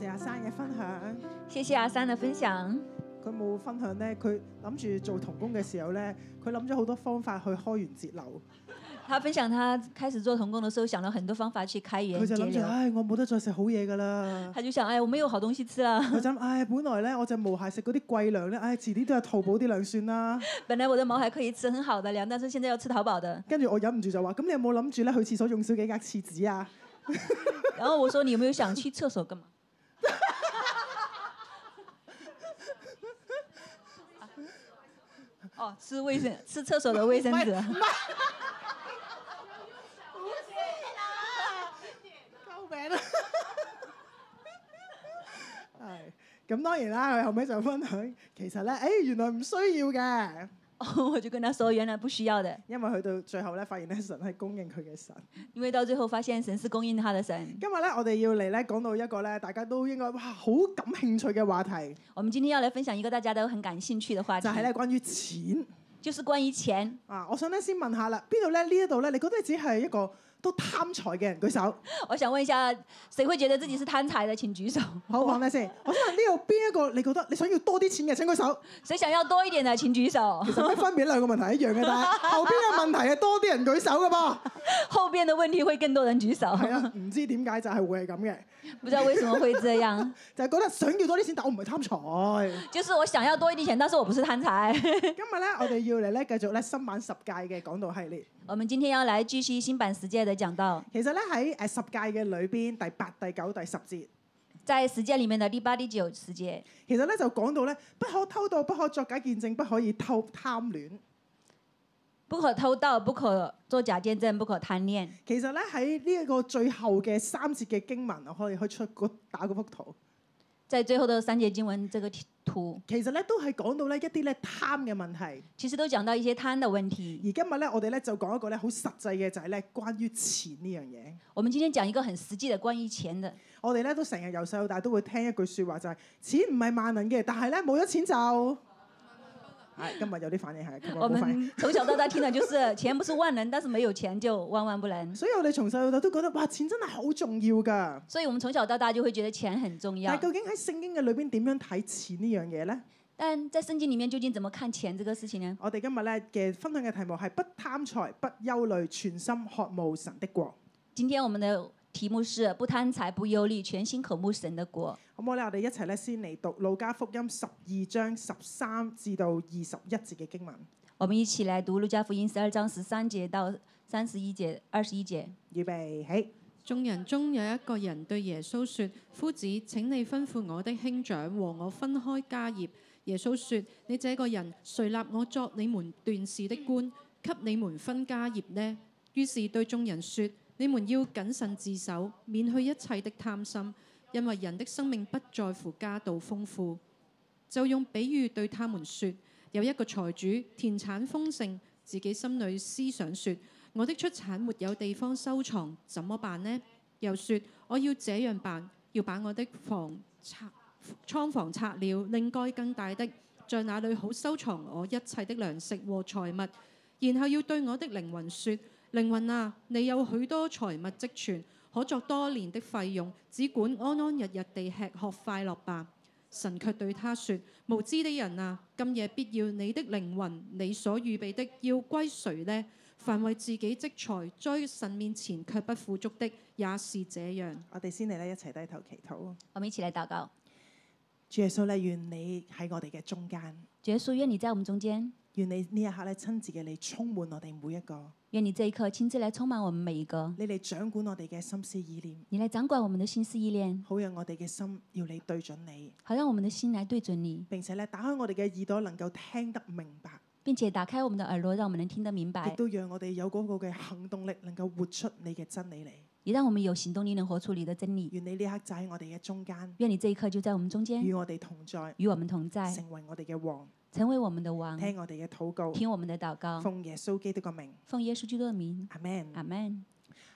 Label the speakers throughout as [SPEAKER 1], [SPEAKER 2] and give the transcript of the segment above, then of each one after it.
[SPEAKER 1] 謝阿生嘅分享。
[SPEAKER 2] 谢谢阿珊的分享。
[SPEAKER 1] 佢冇分享咧，佢諗住做童工嘅時候咧，佢諗咗好多方法去開源節流。
[SPEAKER 2] 他分享他开始做童工的时候，想了很多方法去开源
[SPEAKER 1] 佢就
[SPEAKER 2] 节
[SPEAKER 1] 諗住，
[SPEAKER 2] 流。
[SPEAKER 1] 唉，我冇得再食好嘢㗎啦。
[SPEAKER 2] 他就想，哎，我没有好东西吃了。
[SPEAKER 1] 佢就諗唉，本來咧我就無鞋食嗰啲貴糧咧，唉，遲啲都係淘寶啲糧算啦。
[SPEAKER 2] 本来我的毛还可以吃很好的粮，但是现在要吃淘宝的。
[SPEAKER 1] 跟住我忍唔住就話：咁你有冇諗住咧去廁所用少幾格廁紙啊？
[SPEAKER 2] 然后我说，你有没有想去厕所干嘛？ 哦，吃卫生，吃厕所的卫生纸。
[SPEAKER 1] 救命啦！係咁當然啦，佢後尾就分享，其實咧，誒、原來唔需要嘅，
[SPEAKER 2] 哦，我就跟他说，原来不需要的，
[SPEAKER 1] 因為去到最後咧，發現咧神係供應佢嘅神。
[SPEAKER 2] 因为到最后发现神是供应他的神。
[SPEAKER 1] 今日咧，我哋要嚟咧講到一個咧，大家都應該哇好感興趣嘅話題，
[SPEAKER 2] 我们今天要来分享一个大家都很感兴趣的话题
[SPEAKER 1] 就，係咧關於錢
[SPEAKER 2] 就是关于錢。
[SPEAKER 1] 啊！我想咧先問下啦，邊度咧呢一度咧，你覺得只係一個都貪財嘅人舉手，
[SPEAKER 2] 我想问一下，谁会觉得自己是贪财的，请举手。
[SPEAKER 1] 好唔好咧先？我想問呢度邊一個你覺得你想要多啲錢嘅請舉手。
[SPEAKER 2] 谁想要多一点的，请举手
[SPEAKER 1] 其。實咩分別兩個問題一樣嘅，但係後邊嘅問題係多啲人舉手嘅噃。
[SPEAKER 2] 后边的问题会更多人 举手，
[SPEAKER 1] 係啊，唔知點解就係會係咁嘅，
[SPEAKER 2] 不知道为什么会这样。
[SPEAKER 1] 就係覺得想要多啲錢，但我唔係貪財。
[SPEAKER 2] 就是我想要多一点钱，但是我不是贪财。
[SPEAKER 1] 今日咧，我哋要嚟咧繼續咧新版十戒嘅講道系列。
[SPEAKER 2] 我们今天要来继续新版十诫的讲到，
[SPEAKER 1] 其實咧喺誒十戒嘅裏邊，第八、第九、第十節，
[SPEAKER 2] 在十诫里面的第八、第九十诫，
[SPEAKER 1] 其實咧就講到咧不可偷盜、不可作假見證、不可以偷貪戀。
[SPEAKER 2] 不可偷盗，不可作假见证，不可贪恋。
[SPEAKER 1] 其實咧喺呢一個最後嘅三節嘅經文，我可以去出嗰打嗰幅圖。
[SPEAKER 2] 在最后的三节经文这个图，
[SPEAKER 1] 其實咧都係講到咧一啲咧貪嘅問題。
[SPEAKER 2] 其实都讲到一些贪的问题。
[SPEAKER 1] 而今日咧，我哋咧就講一個咧好實際嘅，就係咧關於錢呢樣嘢。
[SPEAKER 2] 我们今天讲一个很實際的關於錢的。
[SPEAKER 1] 我哋咧都成日由細到大都會聽一句説話，就係、錢唔係萬能嘅，但係咧冇咗錢就係今日有啲反應係，今日
[SPEAKER 2] 我
[SPEAKER 1] 冇反應。
[SPEAKER 2] 們從小到大聽的就是錢不是萬能，但是沒有錢就萬萬不能。
[SPEAKER 1] 所以我哋從細到大都覺得哇，錢真係好重要㗎。
[SPEAKER 2] 所以我們從小到大就會覺得錢很重
[SPEAKER 1] 但
[SPEAKER 2] 要
[SPEAKER 1] 係。究竟喺聖經嘅裏邊點樣睇錢呢樣嘢呢？
[SPEAKER 2] 但在聖經裡面究竟怎麼看錢這個事情呢？
[SPEAKER 1] 我哋今日咧嘅分享嘅題目係不貪財、不憂慮，全心渴慕神的國。
[SPEAKER 2] 今天我們的題目是不貪財不憂慮，全心渴慕神的國。
[SPEAKER 1] 好唔好咧？我哋一齊咧先嚟讀路加福音十二章十三至到二十一節嘅經文。
[SPEAKER 2] 我們一起來讀路加福音十二章十三節到三十一節、二十一節。
[SPEAKER 1] 預備起。
[SPEAKER 3] 眾人中有一個人對耶穌說：夫子，請你吩咐我的兄長和我分開家業。耶穌說：你這個人，誰立我作你們斷事的官，給你們分家業呢？於是對眾人說：你們要謹慎自守，免去一切的貪心，因為人的生命不在乎家道豐富。就用比喻對他們說：有一個財主田產豐盛，自己心裏思想說。我的出產沒有地方收藏，怎麼辦呢？又說我要這樣辦，要把我的房拆倉房拆了，另蓋更大的，在那裏好收藏我一切的糧食和財物。然後要對我的靈魂說：靈魂啊，你有許多財物積存，可作多年的費用，只管安安逸逸地吃喝快樂吧。神卻對他說：無知的人啊，今夜必要你的靈魂，你所預備的要歸誰呢？凡為自己積財，在神面前卻不富足的，也是這樣。
[SPEAKER 1] 我哋先嚟咧一齊低頭祈禱。
[SPEAKER 2] 我們一起來禱告。
[SPEAKER 1] 主耶穌咧，願你喺我哋嘅中間，
[SPEAKER 2] 主耶穌，願你在我們中間，
[SPEAKER 1] 願你呢一刻咧親自嘅你充滿我哋每一個，
[SPEAKER 2] 願你這一刻親自來充滿我們每一個，
[SPEAKER 1] 你嚟掌管我哋嘅心思意念，
[SPEAKER 2] 你來掌管我們的心思意念，
[SPEAKER 1] 好讓我哋嘅心要你對準你，
[SPEAKER 2] 好讓我們的心來對準你，
[SPEAKER 1] 並且咧打開我哋嘅耳朵，能夠聽得明白，
[SPEAKER 2] 並且打開我們的耳朵，讓我們能聽得明白
[SPEAKER 1] 亦。都讓我哋有嗰個嘅行動力，能夠活出你嘅真理嚟。
[SPEAKER 2] 也让我们有行动力，能活出你的真理。
[SPEAKER 1] 願你呢一刻就喺我哋嘅中間，
[SPEAKER 2] 愿你这一刻就在我们中间
[SPEAKER 1] 與，我哋同在，
[SPEAKER 2] 与我们同在，
[SPEAKER 1] 成為我哋嘅王，
[SPEAKER 2] 成为我们的王，
[SPEAKER 1] 聽我哋嘅禱告，
[SPEAKER 2] 听我们的祷告，
[SPEAKER 1] 奉耶穌基督嘅名，
[SPEAKER 2] 奉耶稣基督的名，
[SPEAKER 1] 阿 Man。
[SPEAKER 2] 阿门。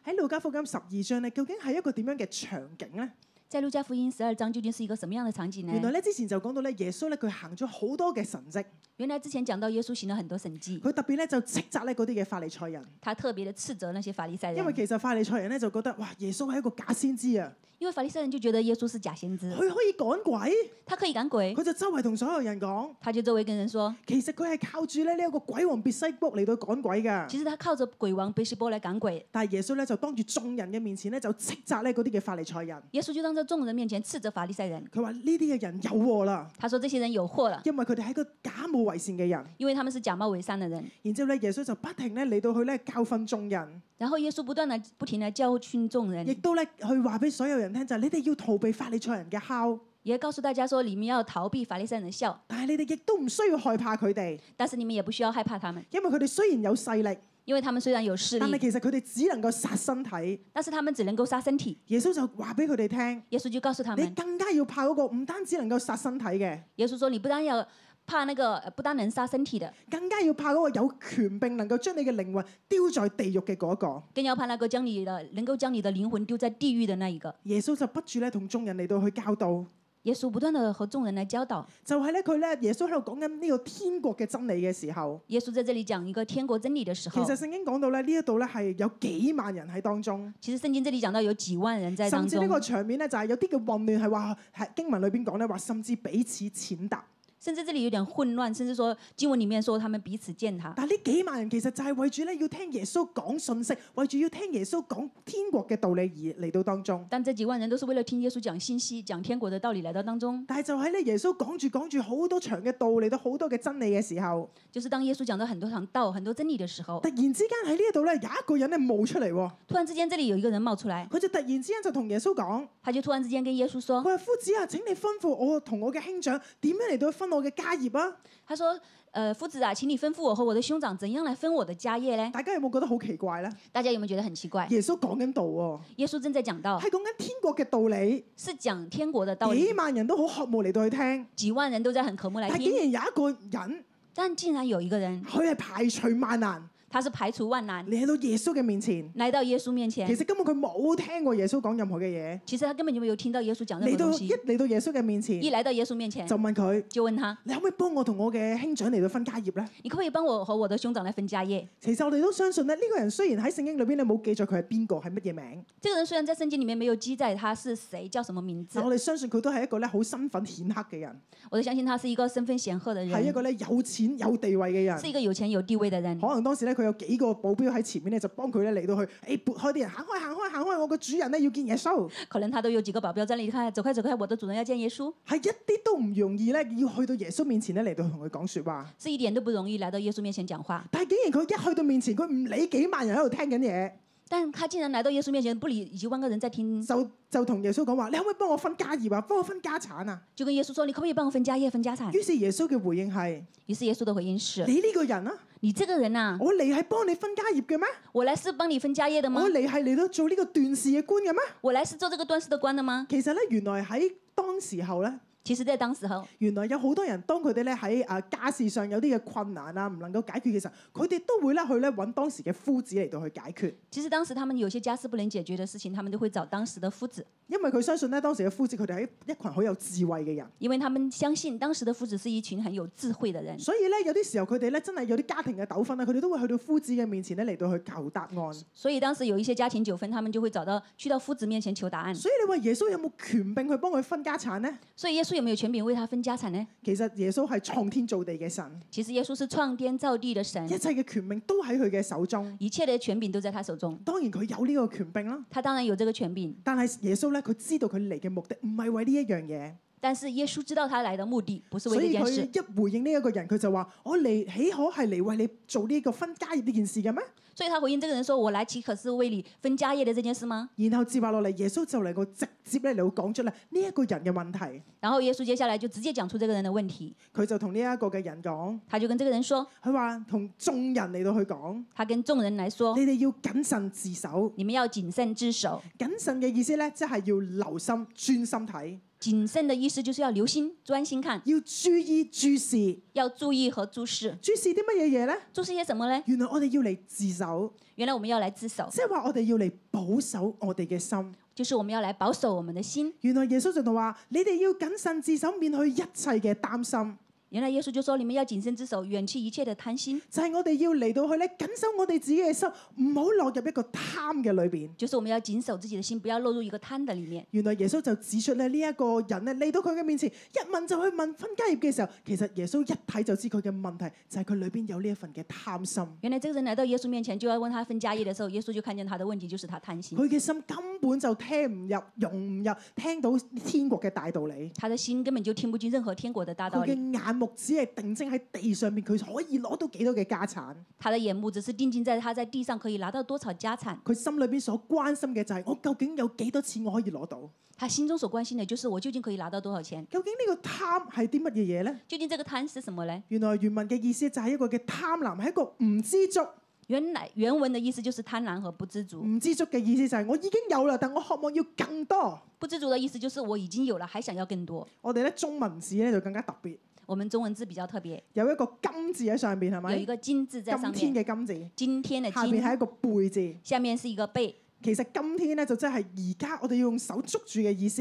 [SPEAKER 1] 喺路加福音十二章咧，究竟係一個點樣嘅場景呢？
[SPEAKER 2] 在路加福音十二章究竟是一个什么样的场景呢？
[SPEAKER 1] 原來咧之前就講到咧，耶穌咧佢行咗好多嘅神蹟，
[SPEAKER 2] 原來之前讲到耶稣行了很多神迹，
[SPEAKER 1] 佢特別咧就斥責咧嗰啲嘅法利賽人，
[SPEAKER 2] 他特别的斥责那些法利赛人，
[SPEAKER 1] 因為其實法利賽人咧就覺得哇，耶穌係一個假先知啊，
[SPEAKER 2] 因为法利赛人就觉得耶稣是假先知
[SPEAKER 1] 佢，可以趕鬼，
[SPEAKER 2] 他可以赶鬼，
[SPEAKER 1] 佢就周圍同所有人講，
[SPEAKER 2] 他就周围跟人说，
[SPEAKER 1] 其實佢係靠住咧呢一個鬼王別西卜嚟到趕鬼㗎。
[SPEAKER 2] 其实他靠着鬼王贝西波来赶鬼。
[SPEAKER 1] 但係耶穌咧就當住眾人嘅面前咧就斥責咧嗰啲嘅法利賽人，
[SPEAKER 2] 耶穌就當着眾人面前斥責法利賽人，
[SPEAKER 1] 佢話呢啲嘅人有禍啦，
[SPEAKER 2] 他说：这些人有禍了，
[SPEAKER 1] 因為佢哋係一個假冒為善嘅人。
[SPEAKER 2] 因为他们是假冒為善的人。
[SPEAKER 1] 然之後咧，耶穌就不停咧嚟到去咧教訓眾人，
[SPEAKER 2] 然後耶穌不斷的不停的教訓眾
[SPEAKER 1] 亦
[SPEAKER 2] 人，
[SPEAKER 1] 都咧去話俾所有人聽就係、你哋要逃避法利賽人嘅酵，
[SPEAKER 2] 也告訴大家說，你們要逃避法利賽人的笑，
[SPEAKER 1] 但係你哋亦都唔需要害怕佢哋，
[SPEAKER 2] 但是你們也不需要害怕他們，
[SPEAKER 1] 因為佢哋雖然有勢力，
[SPEAKER 2] 因為他們雖然有勢
[SPEAKER 1] 但係
[SPEAKER 2] 力，
[SPEAKER 1] 其實佢哋只能夠殺身體。
[SPEAKER 2] 但是他們只能夠殺身體。
[SPEAKER 1] 耶穌就話俾佢哋聽，
[SPEAKER 2] 耶穌就告訴他
[SPEAKER 1] 你
[SPEAKER 2] 們，
[SPEAKER 1] 更加要怕嗰、個唔單止能夠殺身體嘅，
[SPEAKER 2] 耶穌說，你不但要怕那個，呃不但能殺身體的，
[SPEAKER 1] 更加要怕嗰個有權並能夠將你嘅靈魂丟在地獄嘅嗰、個。
[SPEAKER 2] 更要怕那個將你的能夠將你的靈魂丟在地獄的那一個。
[SPEAKER 1] 耶穌就不住咧同眾人嚟到去教導，
[SPEAKER 2] 耶穌不斷的和眾人來教導。
[SPEAKER 1] 就係咧佢咧耶穌喺度講緊呢個天國嘅真理嘅時候，
[SPEAKER 2] 耶穌在這裡講一個天國真理的時
[SPEAKER 1] 其
[SPEAKER 2] 候
[SPEAKER 1] 實，聖經講到咧呢一度咧係有幾萬人喺當中，
[SPEAKER 2] 其實聖經這裡講到有幾萬人在當
[SPEAKER 1] 甚至呢
[SPEAKER 2] 中
[SPEAKER 1] 個。場面咧就係有啲嘅混亂係話係經文裏邊講咧話甚至彼此踐踏，
[SPEAKER 2] 甚至這裡有點混亂，甚至說經文裡面說他們彼此踐 踏。
[SPEAKER 1] 但係呢幾萬人其實就係為住咧要聽耶穌講信息，為住要聽耶穌講天國嘅道理而嚟到當中。
[SPEAKER 2] 但這幾萬人都是為了聽耶穌講信息、講天國的道理來到當中。
[SPEAKER 1] 但係就喺咧耶穌講住講住好多長嘅道理，到好多嘅真理嘅時候，
[SPEAKER 2] 就是當耶穌講到很多堂道、很多真理的時候
[SPEAKER 1] 突，然之間喺呢一度咧有一個人咧冒出嚟喎，
[SPEAKER 2] 突然之間這裡有一個人冒出來，
[SPEAKER 1] 佢就突然之間就同耶穌講。
[SPEAKER 2] 他就突然之間跟耶穌
[SPEAKER 1] 佢
[SPEAKER 2] 說
[SPEAKER 1] 話：夫子啊，請你吩咐我同我嘅兄長點樣嚟到分我嘅家業啊！：“
[SPEAKER 2] 他說，呃，夫子啊，請你吩咐我和我的兄長怎樣來分我的家業嘞
[SPEAKER 1] 大家有冇覺得好奇怪呢？？”
[SPEAKER 2] 大家有沒有覺得很奇怪？
[SPEAKER 1] 耶穌講緊道喎，
[SPEAKER 2] 耶穌正在講到
[SPEAKER 1] 係講緊天國嘅道理，
[SPEAKER 2] 是講天國的道
[SPEAKER 1] 幾
[SPEAKER 2] 理，
[SPEAKER 1] 萬人都好渴慕嚟到去聽，
[SPEAKER 2] 幾萬人都在很渴慕來
[SPEAKER 1] 但竟
[SPEAKER 2] 聽，
[SPEAKER 1] 然有一個人，
[SPEAKER 2] 但竟然有一個人，
[SPEAKER 1] 佢係排除萬難
[SPEAKER 2] 他是排除萬難
[SPEAKER 1] 嚟到耶穌嘅面前。
[SPEAKER 2] 來到耶穌面前
[SPEAKER 1] 其。實根本佢冇聽過耶穌講任何嘅嘢，
[SPEAKER 2] 其實他根本就沒有聽到耶穌講任
[SPEAKER 1] 嚟
[SPEAKER 2] 何
[SPEAKER 1] 到
[SPEAKER 2] 東
[SPEAKER 1] 一
[SPEAKER 2] 西。
[SPEAKER 1] 嚟到耶穌嘅面前
[SPEAKER 2] 一來到耶穌面前
[SPEAKER 1] 就，問佢：
[SPEAKER 2] 就問他
[SPEAKER 1] 你可唔可以幫我同我嘅兄長嚟到分家業呢？
[SPEAKER 2] 你可不可以帮我和我的兄长来分家业？
[SPEAKER 1] 其實我哋都相信咧，呢個人雖然喺聖經裏邊咧冇記載佢係邊個係乜嘢名，
[SPEAKER 2] 这个人虽然在圣经里面没有记载他是谁，叫什么名字
[SPEAKER 1] 但，我哋相信佢都係一個咧好身份顯赫嘅人。
[SPEAKER 2] 我就相信他是一个身份顯赫的
[SPEAKER 1] 係啊一
[SPEAKER 2] 人，
[SPEAKER 1] 個咧有錢有地位嘅
[SPEAKER 2] 是
[SPEAKER 1] 人。
[SPEAKER 2] 一個有錢有地位的人
[SPEAKER 1] 可。能當時咧，佢有幾個保鏢喺前面咧，就幫佢咧嚟到去，誒、哎撥開啲人，行開行開行開，我個主人咧要見耶穌，
[SPEAKER 2] 可能他都有幾個保镖在那里看，走快走快，我的主人要見耶穌，
[SPEAKER 1] 係一啲都唔容易咧，要去到耶穌面前咧嚟到同佢講説話。
[SPEAKER 2] 是一點都不容易來到耶穌面前講話。
[SPEAKER 1] 但係竟然佢一去到面前，佢唔理幾萬人喺度聽緊嘢，
[SPEAKER 2] 但他竟然來到耶穌面前，不理幾萬個人在聽，
[SPEAKER 1] 就就同耶穌講話：你可唔可以幫我分家業啊？幫我分家產啊？
[SPEAKER 2] 就跟耶穌說：“你可不可以幫我分家業、分家產
[SPEAKER 1] 於是耶穌嘅回應係：？”
[SPEAKER 2] 於是耶穌的回應是
[SPEAKER 1] 你呢個人啊，：“
[SPEAKER 2] 你這個人呐、
[SPEAKER 1] 我嚟係幫你分家業嘅咩？
[SPEAKER 2] 我來是幫你分家業的嗎
[SPEAKER 1] 我？哦嚟係嚟到做呢個斷事嘅官嘅咩？
[SPEAKER 2] 我來是做這個斷事的官的嗎
[SPEAKER 1] 其實咧，原來喺當時候咧。？”
[SPEAKER 2] 其實，在當時候，
[SPEAKER 1] 原來有好多人當佢哋咧喺啊家事上有啲嘅困難啊，唔能夠解決嘅時候，佢哋都會咧去咧揾當時嘅夫子嚟到去解決，
[SPEAKER 2] 其實當時他們有些家事不能解決的事情，他們都會找當時的夫子，
[SPEAKER 1] 因為佢相信咧當時嘅夫子佢哋係一群好有智慧嘅人，
[SPEAKER 2] 因為他們相信當時的夫子是一群很有智慧的人，
[SPEAKER 1] 所以咧有啲時候佢哋咧真係有啲家庭嘅糾紛啊咧，佢哋都會去到夫子嘅面前咧嚟到去求答案。
[SPEAKER 2] 所以當時有一些家庭糾紛，他們就會找到去到夫子面前求答案。
[SPEAKER 1] 所以你話耶穌有冇權柄去幫佢分家產呢？
[SPEAKER 2] 所以耶穌有沒有權柄為他分家產呢？
[SPEAKER 1] 其實耶穌係創天造地嘅神，
[SPEAKER 2] 其實耶穌是創天造地的神
[SPEAKER 1] 一，切嘅權柄都喺佢嘅手中。
[SPEAKER 2] 一切的權柄都在他手中。
[SPEAKER 1] 當然佢有呢個權柄啦，
[SPEAKER 2] 他當然有這個權柄，
[SPEAKER 1] 但係耶穌咧佢知道佢嚟嘅目的唔係為呢一樣嘢。
[SPEAKER 2] 但是耶穌知道他來的目的不是
[SPEAKER 1] 所
[SPEAKER 2] 為
[SPEAKER 1] 以
[SPEAKER 2] 這件
[SPEAKER 1] 佢
[SPEAKER 2] 事，
[SPEAKER 1] 一回應呢一個人，佢就話：我嚟豈可係嚟為你做呢個分家業呢件事嘅咩？
[SPEAKER 2] 所以他回應這個人說：“我來豈可是為你分家業的這件事嗎
[SPEAKER 1] 然後接話落嚟，耶穌就嚟個直接咧嚟到講出咧呢一個人嘅問題，？”
[SPEAKER 2] 然後耶穌接下來就直接講出這個人的問題，
[SPEAKER 1] 佢就同呢一個嘅人講，
[SPEAKER 2] 他就跟這個人說，
[SPEAKER 1] 佢話同眾人嚟到去講，
[SPEAKER 2] 他跟眾人來說
[SPEAKER 1] 你哋要謹慎自守。
[SPEAKER 2] 你們要謹慎自守。
[SPEAKER 1] 謹慎嘅意思咧，即係要留心、專心睇，
[SPEAKER 2] 謹慎的意思就是要留心、專心看，
[SPEAKER 1] 要注意、注視。
[SPEAKER 2] 要注意和注視。
[SPEAKER 1] 注視啲乜嘢嘢咧？
[SPEAKER 2] 注視些什麼呢？
[SPEAKER 1] 原來我哋要嚟自守，
[SPEAKER 2] 原來我們要來自首，
[SPEAKER 1] 即係話我哋要嚟保守我哋嘅心，
[SPEAKER 2] 就是我们要来保守我们的心。
[SPEAKER 1] 原來耶穌就話：你哋要謹慎自守，免去一切嘅擔心。
[SPEAKER 2] 原来耶稣就说：“你们要谨慎之手，远去一切的贪心。
[SPEAKER 1] 就係我哋要嚟到去咧，緊守我哋自己嘅心，唔好落入一個貪嘅裏邊。”
[SPEAKER 2] 就是我们要谨守自己的心，不要落入一个贪的里面。
[SPEAKER 1] 原來耶穌就指出咧，呢一個人咧嚟到佢嘅面前，一問就去問分家業嘅時候，其實耶穌一睇就知佢嘅問題就係佢裏邊有呢一份嘅貪心，
[SPEAKER 2] 原来这个人来到耶稣面前，就要问他分家业的时候，耶稣就看见他的问题就是他贪心，
[SPEAKER 1] 佢嘅心根本就聽唔入、容唔入，聽到天國嘅大道理。
[SPEAKER 2] 他的心根本就听不进任何天国的大道
[SPEAKER 1] 佢
[SPEAKER 2] 理，
[SPEAKER 1] 嘅眼目只係定睛喺地上面，佢可以攞到幾多嘅家產？
[SPEAKER 2] 他的眼目只是定睛在他在地上可以拿到多少家产，
[SPEAKER 1] 佢心裏邊所關心嘅就係我究竟有幾多錢我可以攞到？
[SPEAKER 2] 他心中所关心的就是我究竟可以拿到多少钱。
[SPEAKER 1] 究竟呢個貪係啲乜嘢嘢呢？
[SPEAKER 2] 究竟这个贪是什么嘞？
[SPEAKER 1] 原來原文嘅意思就係一個嘅貪婪，係一個唔知足。
[SPEAKER 2] 原来原文的意思就是贪婪和不知足。
[SPEAKER 1] 唔知足嘅意思就係我已經有啦，但我渴望要更多。
[SPEAKER 2] 不知足的意思就是我已经有了，还想要更多。
[SPEAKER 1] 我哋咧中文字咧就更加特別，
[SPEAKER 2] 我们中文字比较特别，
[SPEAKER 1] 有一個金字喺上邊係
[SPEAKER 2] 有一
[SPEAKER 1] 咪？
[SPEAKER 2] 个“金”字在上
[SPEAKER 1] 今天
[SPEAKER 2] 面，
[SPEAKER 1] 嘅金字，
[SPEAKER 2] 今天的“
[SPEAKER 1] 下邊
[SPEAKER 2] 金
[SPEAKER 1] 係一個背字。”，
[SPEAKER 2] 下面是一个“贝
[SPEAKER 1] 其實今天咧就真係而家我哋要用手捉住嘅意思，”。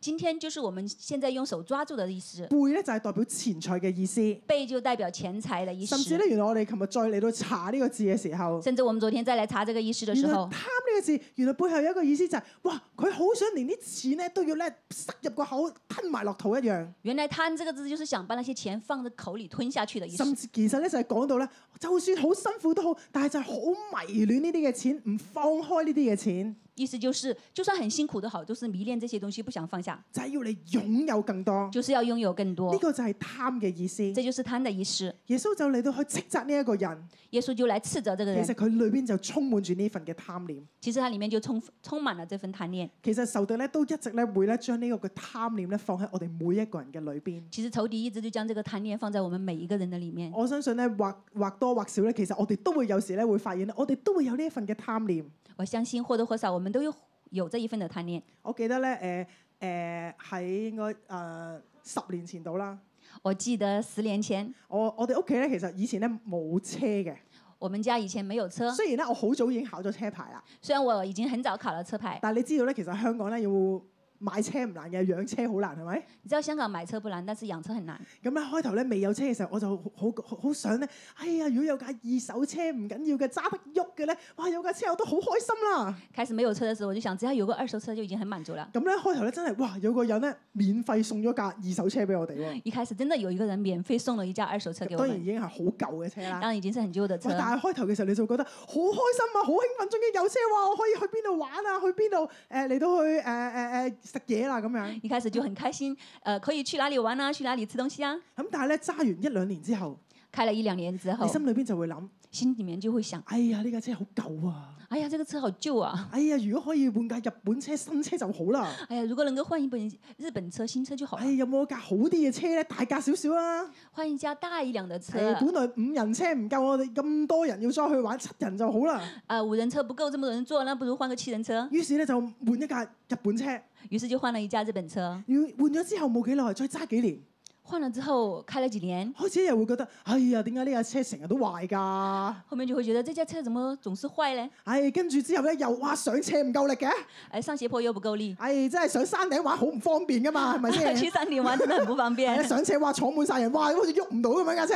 [SPEAKER 2] 今天就是我们现在用手抓住的意思，
[SPEAKER 1] 背咧就係代表錢財嘅意思。
[SPEAKER 2] 贝就代表钱财的意思
[SPEAKER 1] 甚。至咧，原來我哋琴日再嚟到查呢個字嘅時候，
[SPEAKER 2] 甚至我们昨天再来查这个意思的
[SPEAKER 1] 原
[SPEAKER 2] 时
[SPEAKER 1] 來貪
[SPEAKER 2] 候
[SPEAKER 1] 呢，個字，原來背後有一個意思就係、哇！佢好想連啲錢咧都要咧塞入個口吞埋落肚一樣。
[SPEAKER 2] 原来贪这个字就是想把那些钱放在口里吞下去的意思
[SPEAKER 1] 甚。至其實咧就係講到咧，就算好辛苦都好，但係就係好迷戀呢啲嘅錢，唔放開呢啲嘅錢，
[SPEAKER 2] 意思就是，就算很辛苦的好，都是迷恋这些东西，不想放下，
[SPEAKER 1] 就係、要你擁有更多。呢、
[SPEAKER 2] 就是要拥有更多。
[SPEAKER 1] 個就係貪嘅意思。
[SPEAKER 2] 这就是贪的意思。
[SPEAKER 1] 耶穌就嚟到去斥責呢一個人，
[SPEAKER 2] 耶稣就来斥责这个
[SPEAKER 1] 其
[SPEAKER 2] 人
[SPEAKER 1] 實。佢裏邊就充滿住呢份嘅貪念。
[SPEAKER 2] 其实它里面就充充满了这份贪念。
[SPEAKER 1] 其實仇敵咧都一直咧會咧將呢個嘅貪念咧放喺我哋每一個人嘅裏邊。
[SPEAKER 2] 其实仇敌一直就将这个贪念放在我们每一个人的里面。
[SPEAKER 1] 我相信咧，或或多或少咧，其實我哋都會有時咧會發現咧，我哋都會有呢一份嘅貪念。
[SPEAKER 2] 我相信或多或少我们都有有这一份的贪念。
[SPEAKER 1] 我記得咧，誒誒喺應該誒、呃十年前度啦。
[SPEAKER 2] 我记得十年前，
[SPEAKER 1] 我我哋屋企咧，其實以前咧冇車嘅。
[SPEAKER 2] 我们家以前没有车，
[SPEAKER 1] 雖然咧我好早已經考咗車牌啦，
[SPEAKER 2] 虽然我已经很早考了车牌。
[SPEAKER 1] 但係你知道咧，其實香港咧要買車唔難嘅，養車好難係咪？
[SPEAKER 2] 你知道香港买车不难，但是养车很难。
[SPEAKER 1] 咁咧開頭咧未有車嘅時候，我就好好好好想咧，哎呀，如果有架二手車唔緊要嘅，揸得喐嘅咧，哇，有架車我都好開心啦。
[SPEAKER 2] 开始没有车的时候，我就想只要有个二手车就已经很满足了。
[SPEAKER 1] 咁咧開頭咧真係哇，有個人咧免費送咗架二手車俾我哋喎，
[SPEAKER 2] 一开始真的有一个人免费送了一架二手车给
[SPEAKER 1] 咁當
[SPEAKER 2] 我
[SPEAKER 1] 然已，
[SPEAKER 2] 们
[SPEAKER 1] 經係好舊嘅車
[SPEAKER 2] 当
[SPEAKER 1] 啦。
[SPEAKER 2] 然已經是很旧的车
[SPEAKER 1] 哇！。但係開頭嘅時候，你就會覺得好開心啊，好興奮，終於有車哇！我可以去邊度玩啊，去邊度誒嚟到去誒誒誒食嘢啦咁樣。
[SPEAKER 2] 一开始就很开心，呃，可以去哪里玩啊，去哪里吃东西啊。
[SPEAKER 1] 咁但係咧揸完一兩年之後，
[SPEAKER 2] 开了一两年之后
[SPEAKER 1] 你，心裏邊就會諗：
[SPEAKER 2] 心里面就会想，
[SPEAKER 1] 哎呀，呢架車好舊啊！
[SPEAKER 2] 哎呀，这个车好旧啊。
[SPEAKER 1] 哎呀，如果可以換架日本車新車就好啦。
[SPEAKER 2] 哎呀，如果能够换一本日本车、新车就好了
[SPEAKER 1] 哎，，有冇架好啲嘅車咧？大架少少啦。
[SPEAKER 2] 换一架大一辆的车。
[SPEAKER 1] 誒，本來五人車唔夠，我哋咁多人要再去玩，七人就好啦。
[SPEAKER 2] 啊，五人车不够这么多人坐，那不如换个七人车。
[SPEAKER 1] 於是咧就換一架日本車，
[SPEAKER 2] 于是就换了一架日本车。
[SPEAKER 1] 要換咗之後冇幾耐，再揸幾年，
[SPEAKER 2] 换了之后开了几年，
[SPEAKER 1] 開始又會覺得：哎呀，點解呢架車成日都壞㗎？
[SPEAKER 2] 后面就会觉得这架车怎么总是坏嘞？
[SPEAKER 1] 唉、跟住之後咧，又哇上車唔夠力嘅，
[SPEAKER 2] 哎，上斜坡又不够力，
[SPEAKER 1] 唉、真係上山頂玩好唔方便噶嘛，係咪 先？
[SPEAKER 2] 去山顶玩真的很不方
[SPEAKER 1] 係啊
[SPEAKER 2] 便。
[SPEAKER 1] 上車哇坐滿晒人，哇好似喐唔到咁樣架車，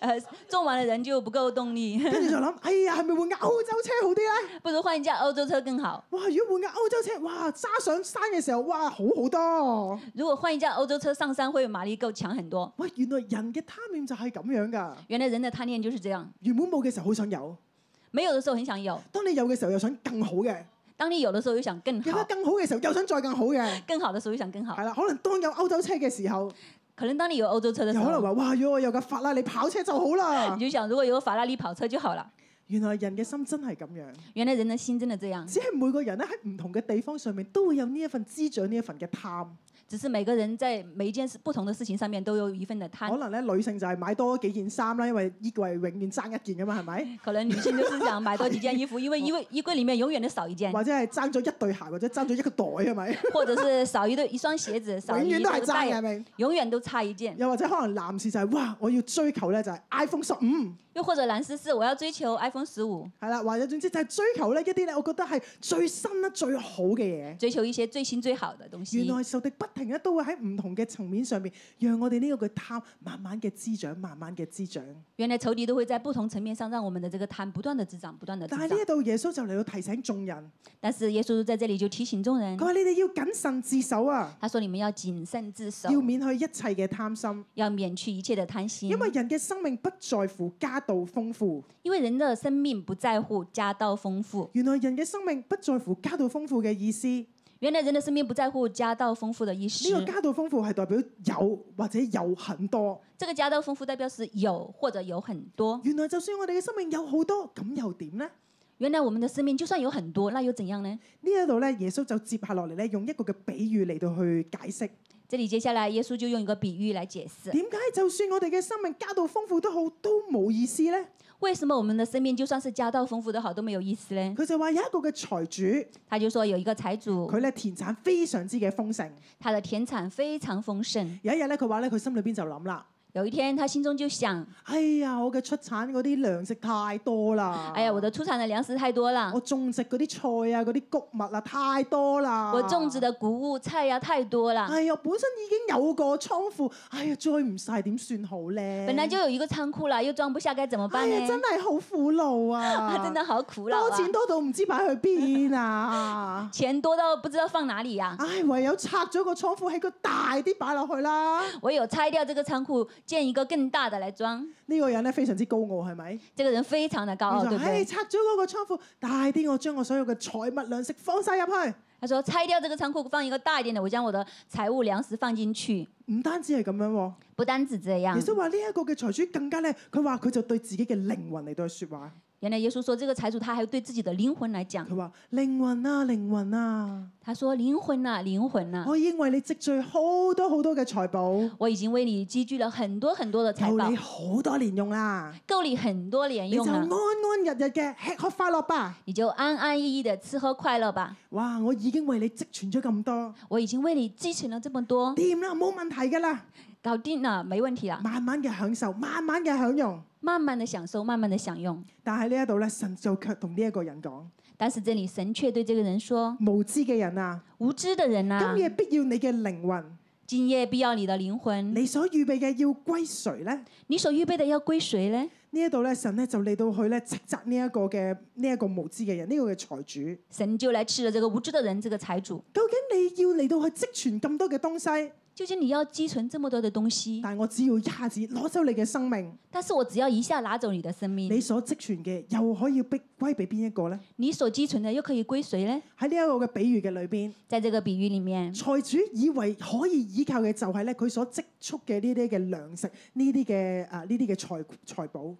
[SPEAKER 2] 呃，撞完了人就不夠动力，
[SPEAKER 1] 跟住就諗，哎呀，係咪換架歐洲車好啲咧？
[SPEAKER 2] 不如换一架欧洲车更好。
[SPEAKER 1] 哇！如果換架歐洲車，哇揸上山嘅時候，哇好好多。
[SPEAKER 2] 如果换一架欧洲车上山，会马力够强很多。
[SPEAKER 1] 喂，原來人嘅貪念就係咁樣㗎。
[SPEAKER 2] 原来人的贪念就是这样，
[SPEAKER 1] 原本冇嘅時候好想有，
[SPEAKER 2] 没有的时候很想有，
[SPEAKER 1] 當你有嘅時候又想更好嘅，
[SPEAKER 2] 当你有的时候又想更
[SPEAKER 1] 有得
[SPEAKER 2] 好，
[SPEAKER 1] 更好嘅時候又想再更好啊嘅。
[SPEAKER 2] 更好的时候又想更好
[SPEAKER 1] 係。啦，可能當有歐洲車嘅時候，
[SPEAKER 2] 可能当你有欧洲车的时
[SPEAKER 1] 又可
[SPEAKER 2] 候
[SPEAKER 1] 能，話哇，如果我有架法拉利跑車就好 啦
[SPEAKER 2] 你。就想，如果有个法拉利跑车就好了。
[SPEAKER 1] 原來人嘅心真係咁樣。
[SPEAKER 2] 原来人的心真的这样，
[SPEAKER 1] 只係每個人咧喺唔同嘅地方上面都會有呢一份滋長，呢一份嘅貪。
[SPEAKER 2] 只是每个人在每一件事不同的事情上面都有一份的贪
[SPEAKER 1] 可。能咧女性就係買多幾件衫啦，因為衣櫃永遠爭一件噶嘛，係咪？
[SPEAKER 2] 可能女性就是想买多几件衣服，
[SPEAKER 1] 哦
[SPEAKER 2] 因为衣柜衣柜里面永远的少一件，
[SPEAKER 1] 或者係爭咗一對鞋，或者爭咗一個袋，係 咪？
[SPEAKER 2] 或者是少一对一双鞋子，少
[SPEAKER 1] 永
[SPEAKER 2] 一
[SPEAKER 1] 遠都係
[SPEAKER 2] 个
[SPEAKER 1] 爭嘅，係
[SPEAKER 2] 带，
[SPEAKER 1] 咪？
[SPEAKER 2] 永远都差一件。
[SPEAKER 1] 又或者可能男士就係、哇，我要追求咧就係 iPhone 十五，
[SPEAKER 2] 又或者蓝思思，我要追求 iPhone 十五，
[SPEAKER 1] 係啦，或者總之就係追求咧一啲咧，我覺得係最新啦、最好嘅嘢。
[SPEAKER 2] 追求一些最新最好的东
[SPEAKER 1] 原
[SPEAKER 2] 西。
[SPEAKER 1] 來仇敵不停咧都會喺唔同嘅層面上面，讓我哋呢個嘅貪慢慢嘅滋長，慢慢嘅滋長。
[SPEAKER 2] 原来仇敌都会在不同层面上让我们的这个贪不断的滋长，不断的滋
[SPEAKER 1] 但係
[SPEAKER 2] 长
[SPEAKER 1] 呢一。度耶穌就嚟到提醒眾人，
[SPEAKER 2] 但是耶稣在这里就提醒众人
[SPEAKER 1] 佢，話你哋要謹慎自守啊，
[SPEAKER 2] 他说你们要谨慎自守，嗯
[SPEAKER 1] 要免去一切嘅貪心，
[SPEAKER 2] 要免去一切的贪心
[SPEAKER 1] 因，為人嘅生命不在乎家道豐富。
[SPEAKER 2] 因为人的生命不在乎家道丰富。
[SPEAKER 1] 原來人嘅生命不在乎家道豐富嘅意思，呢、
[SPEAKER 2] 原来人的生命不在乎家道丰富的意思。
[SPEAKER 1] 個家道豐富係代表有或者有很多。
[SPEAKER 2] 这个家道丰富代表是有或者有很多。
[SPEAKER 1] 原來就算我哋嘅生命有好多，咁又點呢？
[SPEAKER 2] 原来我们的生命就算有很多，那又怎样呢？
[SPEAKER 1] 呢一度咧，耶穌就接下落嚟咧，用一個嘅比喻嚟到去解釋
[SPEAKER 2] 这里接下来耶稣就用一个比喻来解释，
[SPEAKER 1] 點解就算我哋嘅生命家道豐富都好，都冇意思呢？
[SPEAKER 2] 为什么我们的生命就算是家道豐富的好都没有意思呢？
[SPEAKER 1] 佢就話有一個嘅財主，
[SPEAKER 2] 他就说有一个财主，
[SPEAKER 1] 佢咧田產非常之嘅豐盛。
[SPEAKER 2] 他的田产非常丰盛。
[SPEAKER 1] 有一日咧，佢話咧，佢心裏邊就諗啦：，
[SPEAKER 2] 有一天，他心中就想：
[SPEAKER 1] 哎呀，我嘅出產嗰啲糧食太多啦！
[SPEAKER 2] 哎呀，我的出产的粮食太多了
[SPEAKER 1] 啊我，種植嗰啲菜啊，嗰啲谷物啊，太多啦！
[SPEAKER 2] 我种植的谷物菜呀、太多了，
[SPEAKER 1] 哎呀，本身已經有個倉庫，哎呀，再唔晒點算好咧？
[SPEAKER 2] 本来就有一个仓库了，又装不下，该怎么
[SPEAKER 1] 哎
[SPEAKER 2] 办
[SPEAKER 1] 呀，
[SPEAKER 2] 呢
[SPEAKER 1] 真？係好苦惱啊！
[SPEAKER 2] 啊， 真的好苦恼
[SPEAKER 1] 多
[SPEAKER 2] 啊！
[SPEAKER 1] 錢多到唔知擺去邊啊！
[SPEAKER 2] 钱多到不知道放哪里呀、
[SPEAKER 1] 唉，唯有拆咗個倉庫，起個大啲擺落去啦。
[SPEAKER 2] 唯有拆掉这个仓库，建一个更大的来装。
[SPEAKER 1] 呢、個人咧非常之高傲，係咪？
[SPEAKER 2] 这个人非常的高傲，
[SPEAKER 1] 佢
[SPEAKER 2] 对
[SPEAKER 1] 就
[SPEAKER 2] 不
[SPEAKER 1] 唉
[SPEAKER 2] 对？
[SPEAKER 1] 拆咗嗰個倉庫，大啲，我將我所有嘅財物糧食放晒入去。
[SPEAKER 2] 他说拆掉这个仓库，放一个大一点的，我将我的财物粮食放进去。
[SPEAKER 1] 唔單止係咁樣喎，
[SPEAKER 2] 不单止这样
[SPEAKER 1] 耶，穌話呢一個嘅財主更加咧，佢話佢就對自己嘅靈魂嚟到去説話。
[SPEAKER 2] 原来耶穌说这个财主他还对自己的灵魂来讲，
[SPEAKER 1] 佢話：靈魂啊，靈魂啊，
[SPEAKER 2] 他说灵魂呐、灵魂呐、
[SPEAKER 1] 我已經為你積聚好多好多嘅財寶，
[SPEAKER 2] 我已经为你积聚了很多很多的财
[SPEAKER 1] 夠
[SPEAKER 2] 宝
[SPEAKER 1] 你，好多年用啦。
[SPEAKER 2] 够你很多年
[SPEAKER 1] 你就
[SPEAKER 2] 用啊
[SPEAKER 1] 安安
[SPEAKER 2] 了，
[SPEAKER 1] 日日嘅吃喝快樂吧。
[SPEAKER 2] 你就安安逸逸的吃喝快乐吧。
[SPEAKER 1] 哇！我已經為你積存咗咁多，
[SPEAKER 2] 我已经为你积存了这么多，
[SPEAKER 1] 掂啦，冇問題㗎啦。
[SPEAKER 2] 搞定了，没问题了，
[SPEAKER 1] 慢慢嘅享受，慢慢嘅享用。
[SPEAKER 2] 慢慢的享受，慢慢的享用。
[SPEAKER 1] 但係呢一度咧，神就卻同呢一個人講：
[SPEAKER 2] 但是这里神却对这个人说
[SPEAKER 1] 無知嘅人啊，：“
[SPEAKER 2] 无知的人呐、
[SPEAKER 1] 今夜必要你嘅靈魂，
[SPEAKER 2] 今夜必要你的灵魂，
[SPEAKER 1] 你所預備嘅要歸誰呢？
[SPEAKER 2] 你所预备的要归谁呢？”
[SPEAKER 1] 呢一度咧，神咧就嚟到去咧斥責呢一個嘅呢一個無知嘅人，呢、個嘅財主。
[SPEAKER 2] 神就来斥了这个无知的人，这个财主。
[SPEAKER 1] 究竟你要嚟到去積存咁多嘅東西，
[SPEAKER 2] 究竟你要积存这么多的东西，
[SPEAKER 1] 但我只要一下子攞走你嘅生命，
[SPEAKER 2] 但是我只要一下拿走你的生命，
[SPEAKER 1] 你所積存嘅又可以逼歸俾邊一個呢？
[SPEAKER 2] 你所积存的又可以归谁呢？
[SPEAKER 1] 喺呢一個嘅比喻嘅裏邊。
[SPEAKER 2] 在这个比喻里面，
[SPEAKER 1] 財主以為可以依靠嘅就係咧佢所積蓄嘅呢啲嘅糧食，呢啲嘅啊呢啲嘅財財寶。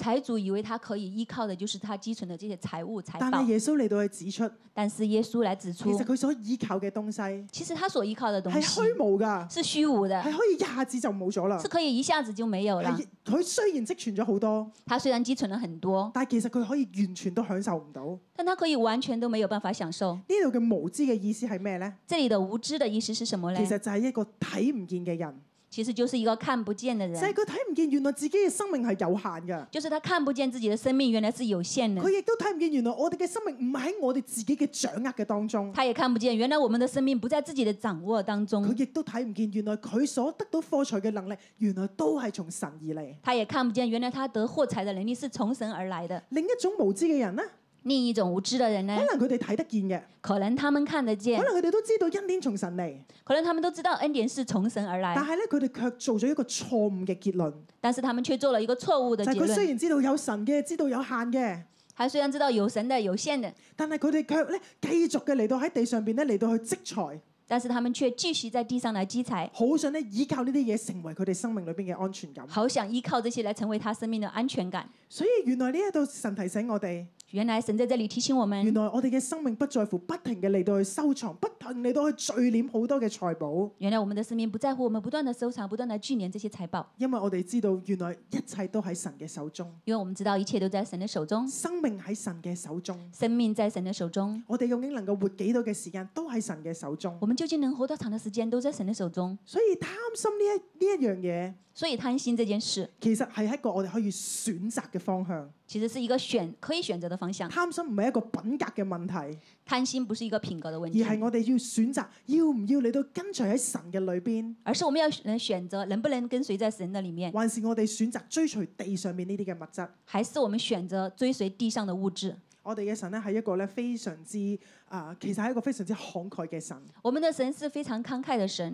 [SPEAKER 2] 财主以为他可以依靠的就是他积存的这些财物财
[SPEAKER 1] 但
[SPEAKER 2] 宝
[SPEAKER 1] 係，耶穌嚟到去指出，
[SPEAKER 2] 但是耶稣来指
[SPEAKER 1] 其
[SPEAKER 2] 出
[SPEAKER 1] 實，佢所依靠嘅東西
[SPEAKER 2] 其实他所依靠的东
[SPEAKER 1] 係
[SPEAKER 2] 西
[SPEAKER 1] 虛無㗎，
[SPEAKER 2] 是虚无的
[SPEAKER 1] 係，可以一下子就冇咗啦
[SPEAKER 2] 是。可以一下子就没有了。
[SPEAKER 1] 係佢雖然積存咗好多，
[SPEAKER 2] 他虽然积存了很多，
[SPEAKER 1] 但係其實佢可以完全都享受唔到。呢
[SPEAKER 2] 但他可以完全都没有办法享受。
[SPEAKER 1] 度嘅無知嘅意思係咩呢？
[SPEAKER 2] 这里的无知的意思是什么呢
[SPEAKER 1] 其？實就係一個睇唔見嘅人，
[SPEAKER 2] 其实就是一个看不见的
[SPEAKER 1] 就係
[SPEAKER 2] 人，
[SPEAKER 1] 佢睇唔見原來自己嘅生命係有限㗎。
[SPEAKER 2] 就是他看不见自己的生命原来是有限的。
[SPEAKER 1] 佢亦都睇唔見原來我哋嘅生命唔係喺我哋自己嘅掌握嘅當中。
[SPEAKER 2] 他也看不见，原来我们的生命不在自己的掌握当中
[SPEAKER 1] 佢。亦都睇唔見，原來佢所得到貨財嘅能力，原來都係從神而嚟。
[SPEAKER 2] 他也看不见，原来他得貨財的能力是從神而來的。
[SPEAKER 1] 另一種無知嘅人呢，
[SPEAKER 2] 另一種無知的人呢，
[SPEAKER 1] 可能佢哋睇得見嘅，
[SPEAKER 2] 可能他們看得見
[SPEAKER 1] 可，能佢哋都知道恩典從神嚟，
[SPEAKER 2] 可能他們都知道恩典是從神而
[SPEAKER 1] 但係
[SPEAKER 2] 來，
[SPEAKER 1] 咧佢哋卻做咗一個錯誤嘅結論，
[SPEAKER 2] 但是他們卻做了一個錯誤的
[SPEAKER 1] 就係
[SPEAKER 2] 結
[SPEAKER 1] 佢雖
[SPEAKER 2] 論。
[SPEAKER 1] 然知道有神嘅，知道有限嘅，
[SPEAKER 2] 他雖然知道有神的、有限的，
[SPEAKER 1] 但係佢哋卻咧繼續嘅嚟到喺地上邊咧嚟到去積財，
[SPEAKER 2] 但是他們卻繼續在地上來積財，
[SPEAKER 1] 好想咧依靠呢啲嘢成為佢哋生命裏邊嘅安全感。
[SPEAKER 2] 好想依靠這些來成為他生命的安全感。
[SPEAKER 1] 所以原來呢一度神提醒我哋，
[SPEAKER 2] 原来神在这里提醒我
[SPEAKER 1] 原
[SPEAKER 2] 们，
[SPEAKER 1] 來我哋嘅生命不在乎不停嘅嚟到去收藏，不停嚟到去聚斂好多嘅財寶，
[SPEAKER 2] 原来我们的生命不在乎我们不断的收藏、不断的聚敛这些财宝，
[SPEAKER 1] 因為我哋知道原來一切都喺神嘅手中，
[SPEAKER 2] 因为我们知道一切都在神的手中，
[SPEAKER 1] 生命喺神嘅手中。
[SPEAKER 2] 生命在神的手中。
[SPEAKER 1] 我哋究竟能夠活幾多嘅時間，都喺神嘅手中
[SPEAKER 2] 我。们究竟能活多长的时间，都在神的手中。
[SPEAKER 1] 所以貪心呢一呢一樣嘢，
[SPEAKER 2] 所以贪心这件事，
[SPEAKER 1] 其實係一個我哋可以選擇嘅方向。
[SPEAKER 2] 其实是一个选可以选择的方向。
[SPEAKER 1] 貪心唔係一個品格嘅問題，
[SPEAKER 2] 贪心不是一个品格的问
[SPEAKER 1] 而
[SPEAKER 2] 题，
[SPEAKER 1] 係我哋要選擇要唔要嚟到跟隨喺神嘅裏邊，
[SPEAKER 2] 而是我们要能選擇能不能跟隨在神的里面，
[SPEAKER 1] 還是我哋選擇追隨地上面呢啲嘅物質。
[SPEAKER 2] 还是我们選擇追隨地上的物質。
[SPEAKER 1] 我哋嘅神咧係一個咧非常之啊、其實係一個非常之慷慨嘅神。誒、
[SPEAKER 2] 我们的神是非常慷慨的神，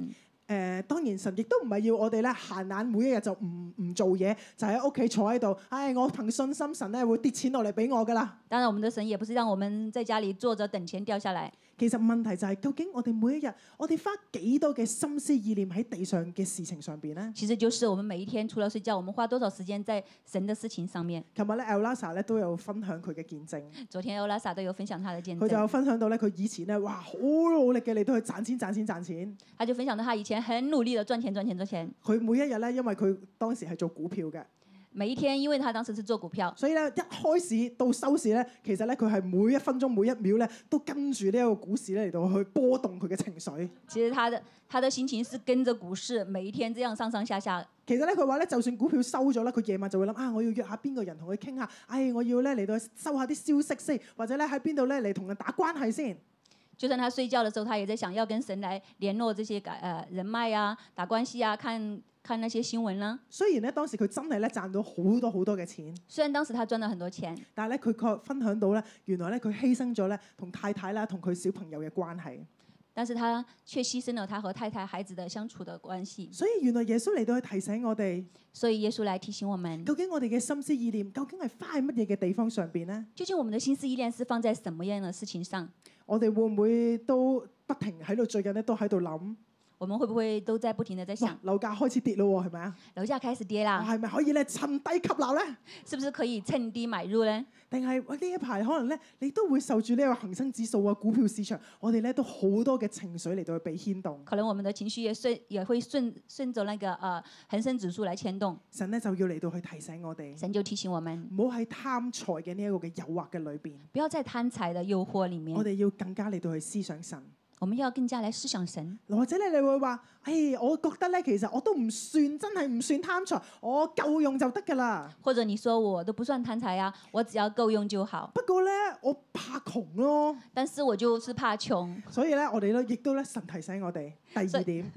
[SPEAKER 1] 當呃然神亦都唔係要我哋咧閒懶，每一日就唔唔做嘢，就喺屋企坐喺度。唉、我憑信心神咧會跌錢落嚟俾我㗎啦。
[SPEAKER 2] 当然我们的神也不是让我们在家里坐着等钱掉下来。
[SPEAKER 1] 其實問題就係、究竟我哋每一日，我哋花幾多嘅心思意念喺地上嘅事情上邊咧？
[SPEAKER 2] 其实就是我们每一天除了睡觉，我们花多少时间在神的事情上面。
[SPEAKER 1] 琴日咧 Elsa 咧都有分享佢嘅見證，
[SPEAKER 2] 昨天欧拉萨都有分享他的见
[SPEAKER 1] 佢就
[SPEAKER 2] 证，
[SPEAKER 1] 有分享到咧，佢以前咧哇好努力嘅嚟到去賺錢賺錢賺錢。
[SPEAKER 2] 他就分享到他以前很努力的赚钱赚錢赚钱，
[SPEAKER 1] 佢每一日咧，因為佢當時係做股票嘅，
[SPEAKER 2] 每一天因为他当时是做股票，
[SPEAKER 1] 所以咧一開始到收市咧，其實咧佢係每一分鐘每一秒咧都跟住呢一個股市咧嚟到去波動佢嘅情緒。
[SPEAKER 2] 其实他的他的心情是跟着股市每一天这样上上下下
[SPEAKER 1] 其實咧，佢話咧，就算股票收咗啦，佢夜晚就會諗啊，我要約下邊個人同佢傾下，唉、我要咧嚟到收下啲消息先，或者咧喺邊度咧嚟同人打關係先。
[SPEAKER 2] 就算他睡觉的时候，他也在想要跟神来联络这些感呃人脉啊、打关系啊、看看那些新闻啦、
[SPEAKER 1] 雖然咧當時佢真係咧賺到好多好多嘅錢，
[SPEAKER 2] 虽然当时他赚了很多钱，
[SPEAKER 1] 但係咧佢確分享到咧，原來咧佢犧牲咗咧同太太啦、同佢小朋友嘅關係。
[SPEAKER 2] 但是他却牺牲了他和太太、孩子的相处的关系。
[SPEAKER 1] 所以原來耶穌嚟到去提醒我哋，
[SPEAKER 2] 所以耶稣来提醒我们，
[SPEAKER 1] 究竟我哋嘅心思意念究竟係花喺乜嘢嘅地方上邊呢？
[SPEAKER 2] 究竟我们的心思意念是放在什么样的事情上？
[SPEAKER 1] 我哋會唔會都不停喺度最近咧都喺度諗，
[SPEAKER 2] 我们会不会都在不停的在
[SPEAKER 1] 哇
[SPEAKER 2] 想，
[SPEAKER 1] 樓價開始跌咯喎，係咪啊？
[SPEAKER 2] 楼价开始跌
[SPEAKER 1] 我
[SPEAKER 2] 啦，
[SPEAKER 1] 係咪可以咧趁低吸納咧？
[SPEAKER 2] 是不是可以趁低买入呢？
[SPEAKER 1] 定係喂呢一排可能咧，你都會受住呢個恒生指數啊、股票市場，我哋咧都好多嘅情緒嚟到去被牽動。
[SPEAKER 2] 可能我们的情绪也顺也会顺顺着那个呃恒生指数来牵动。
[SPEAKER 1] 神咧就要嚟到去提醒我哋，
[SPEAKER 2] 神就提醒我们，
[SPEAKER 1] 唔好喺貪財嘅呢一個嘅誘惑嘅裏邊，
[SPEAKER 2] 不要在贪财的诱惑里面
[SPEAKER 1] 我，哋要更加嚟到去思想神。
[SPEAKER 2] 我们要更加来思想神。
[SPEAKER 1] 或者咧，你會話：，誒、我覺得咧，其實我都唔算，真係唔算貪財，我夠用就得㗎啦。
[SPEAKER 2] 或者你说我都不算贪财呀、我只要够用就好。
[SPEAKER 1] 不過咧，我怕窮咯，
[SPEAKER 2] 但是我就是怕穷。
[SPEAKER 1] 所以咧，我哋咧亦都咧，神提醒我哋第
[SPEAKER 2] 所
[SPEAKER 1] 二
[SPEAKER 2] 以
[SPEAKER 1] 點，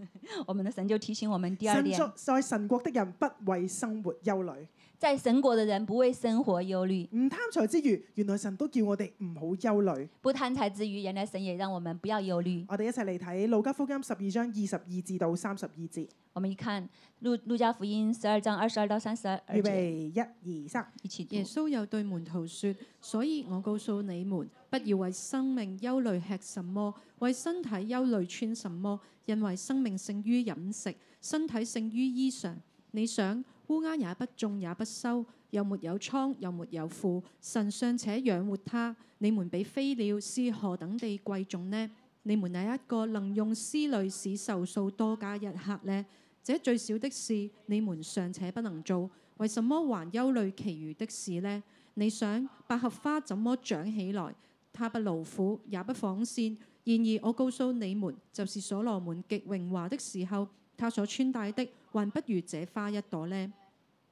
[SPEAKER 2] 我们的神就提醒我们第二
[SPEAKER 1] 神
[SPEAKER 2] 点，
[SPEAKER 1] 作在神國的人不為生活憂慮。
[SPEAKER 2] 在神國的人不為生活憂慮，
[SPEAKER 1] 唔貪財之餘，原來神都叫我哋唔好憂慮。
[SPEAKER 2] 不貪財之余，原來神也讓我們不要憂慮。
[SPEAKER 1] 我哋一齊嚟睇路加福音十二章二十二至到三十二節，
[SPEAKER 2] 我们一看路路加福音十二章二十二到三十二
[SPEAKER 1] 預
[SPEAKER 2] 节，
[SPEAKER 1] 備一二三。
[SPEAKER 2] 一起读
[SPEAKER 3] 耶。穌又對門徒說：所以我告訴你們，不要為生命憂慮吃什麼，為身體憂慮穿什麼，因為生命勝於飲食，身體勝於衣裳。你想烏鴉也不種也不收，又沒有倉又沒有庫，神尚且養活它，你們比飛鳥是何等地貴重呢？你們哪一個能用思慮使壽數多加一刻呢？這最小的事，你們尚且不能做。為什麼還憂慮其餘的事呢？你想百合花怎麼長起來？它不勞苦，也不紡線。然而我告訴你們，就是所羅門極榮華的時候，他所穿戴的還不如這花一朵呢。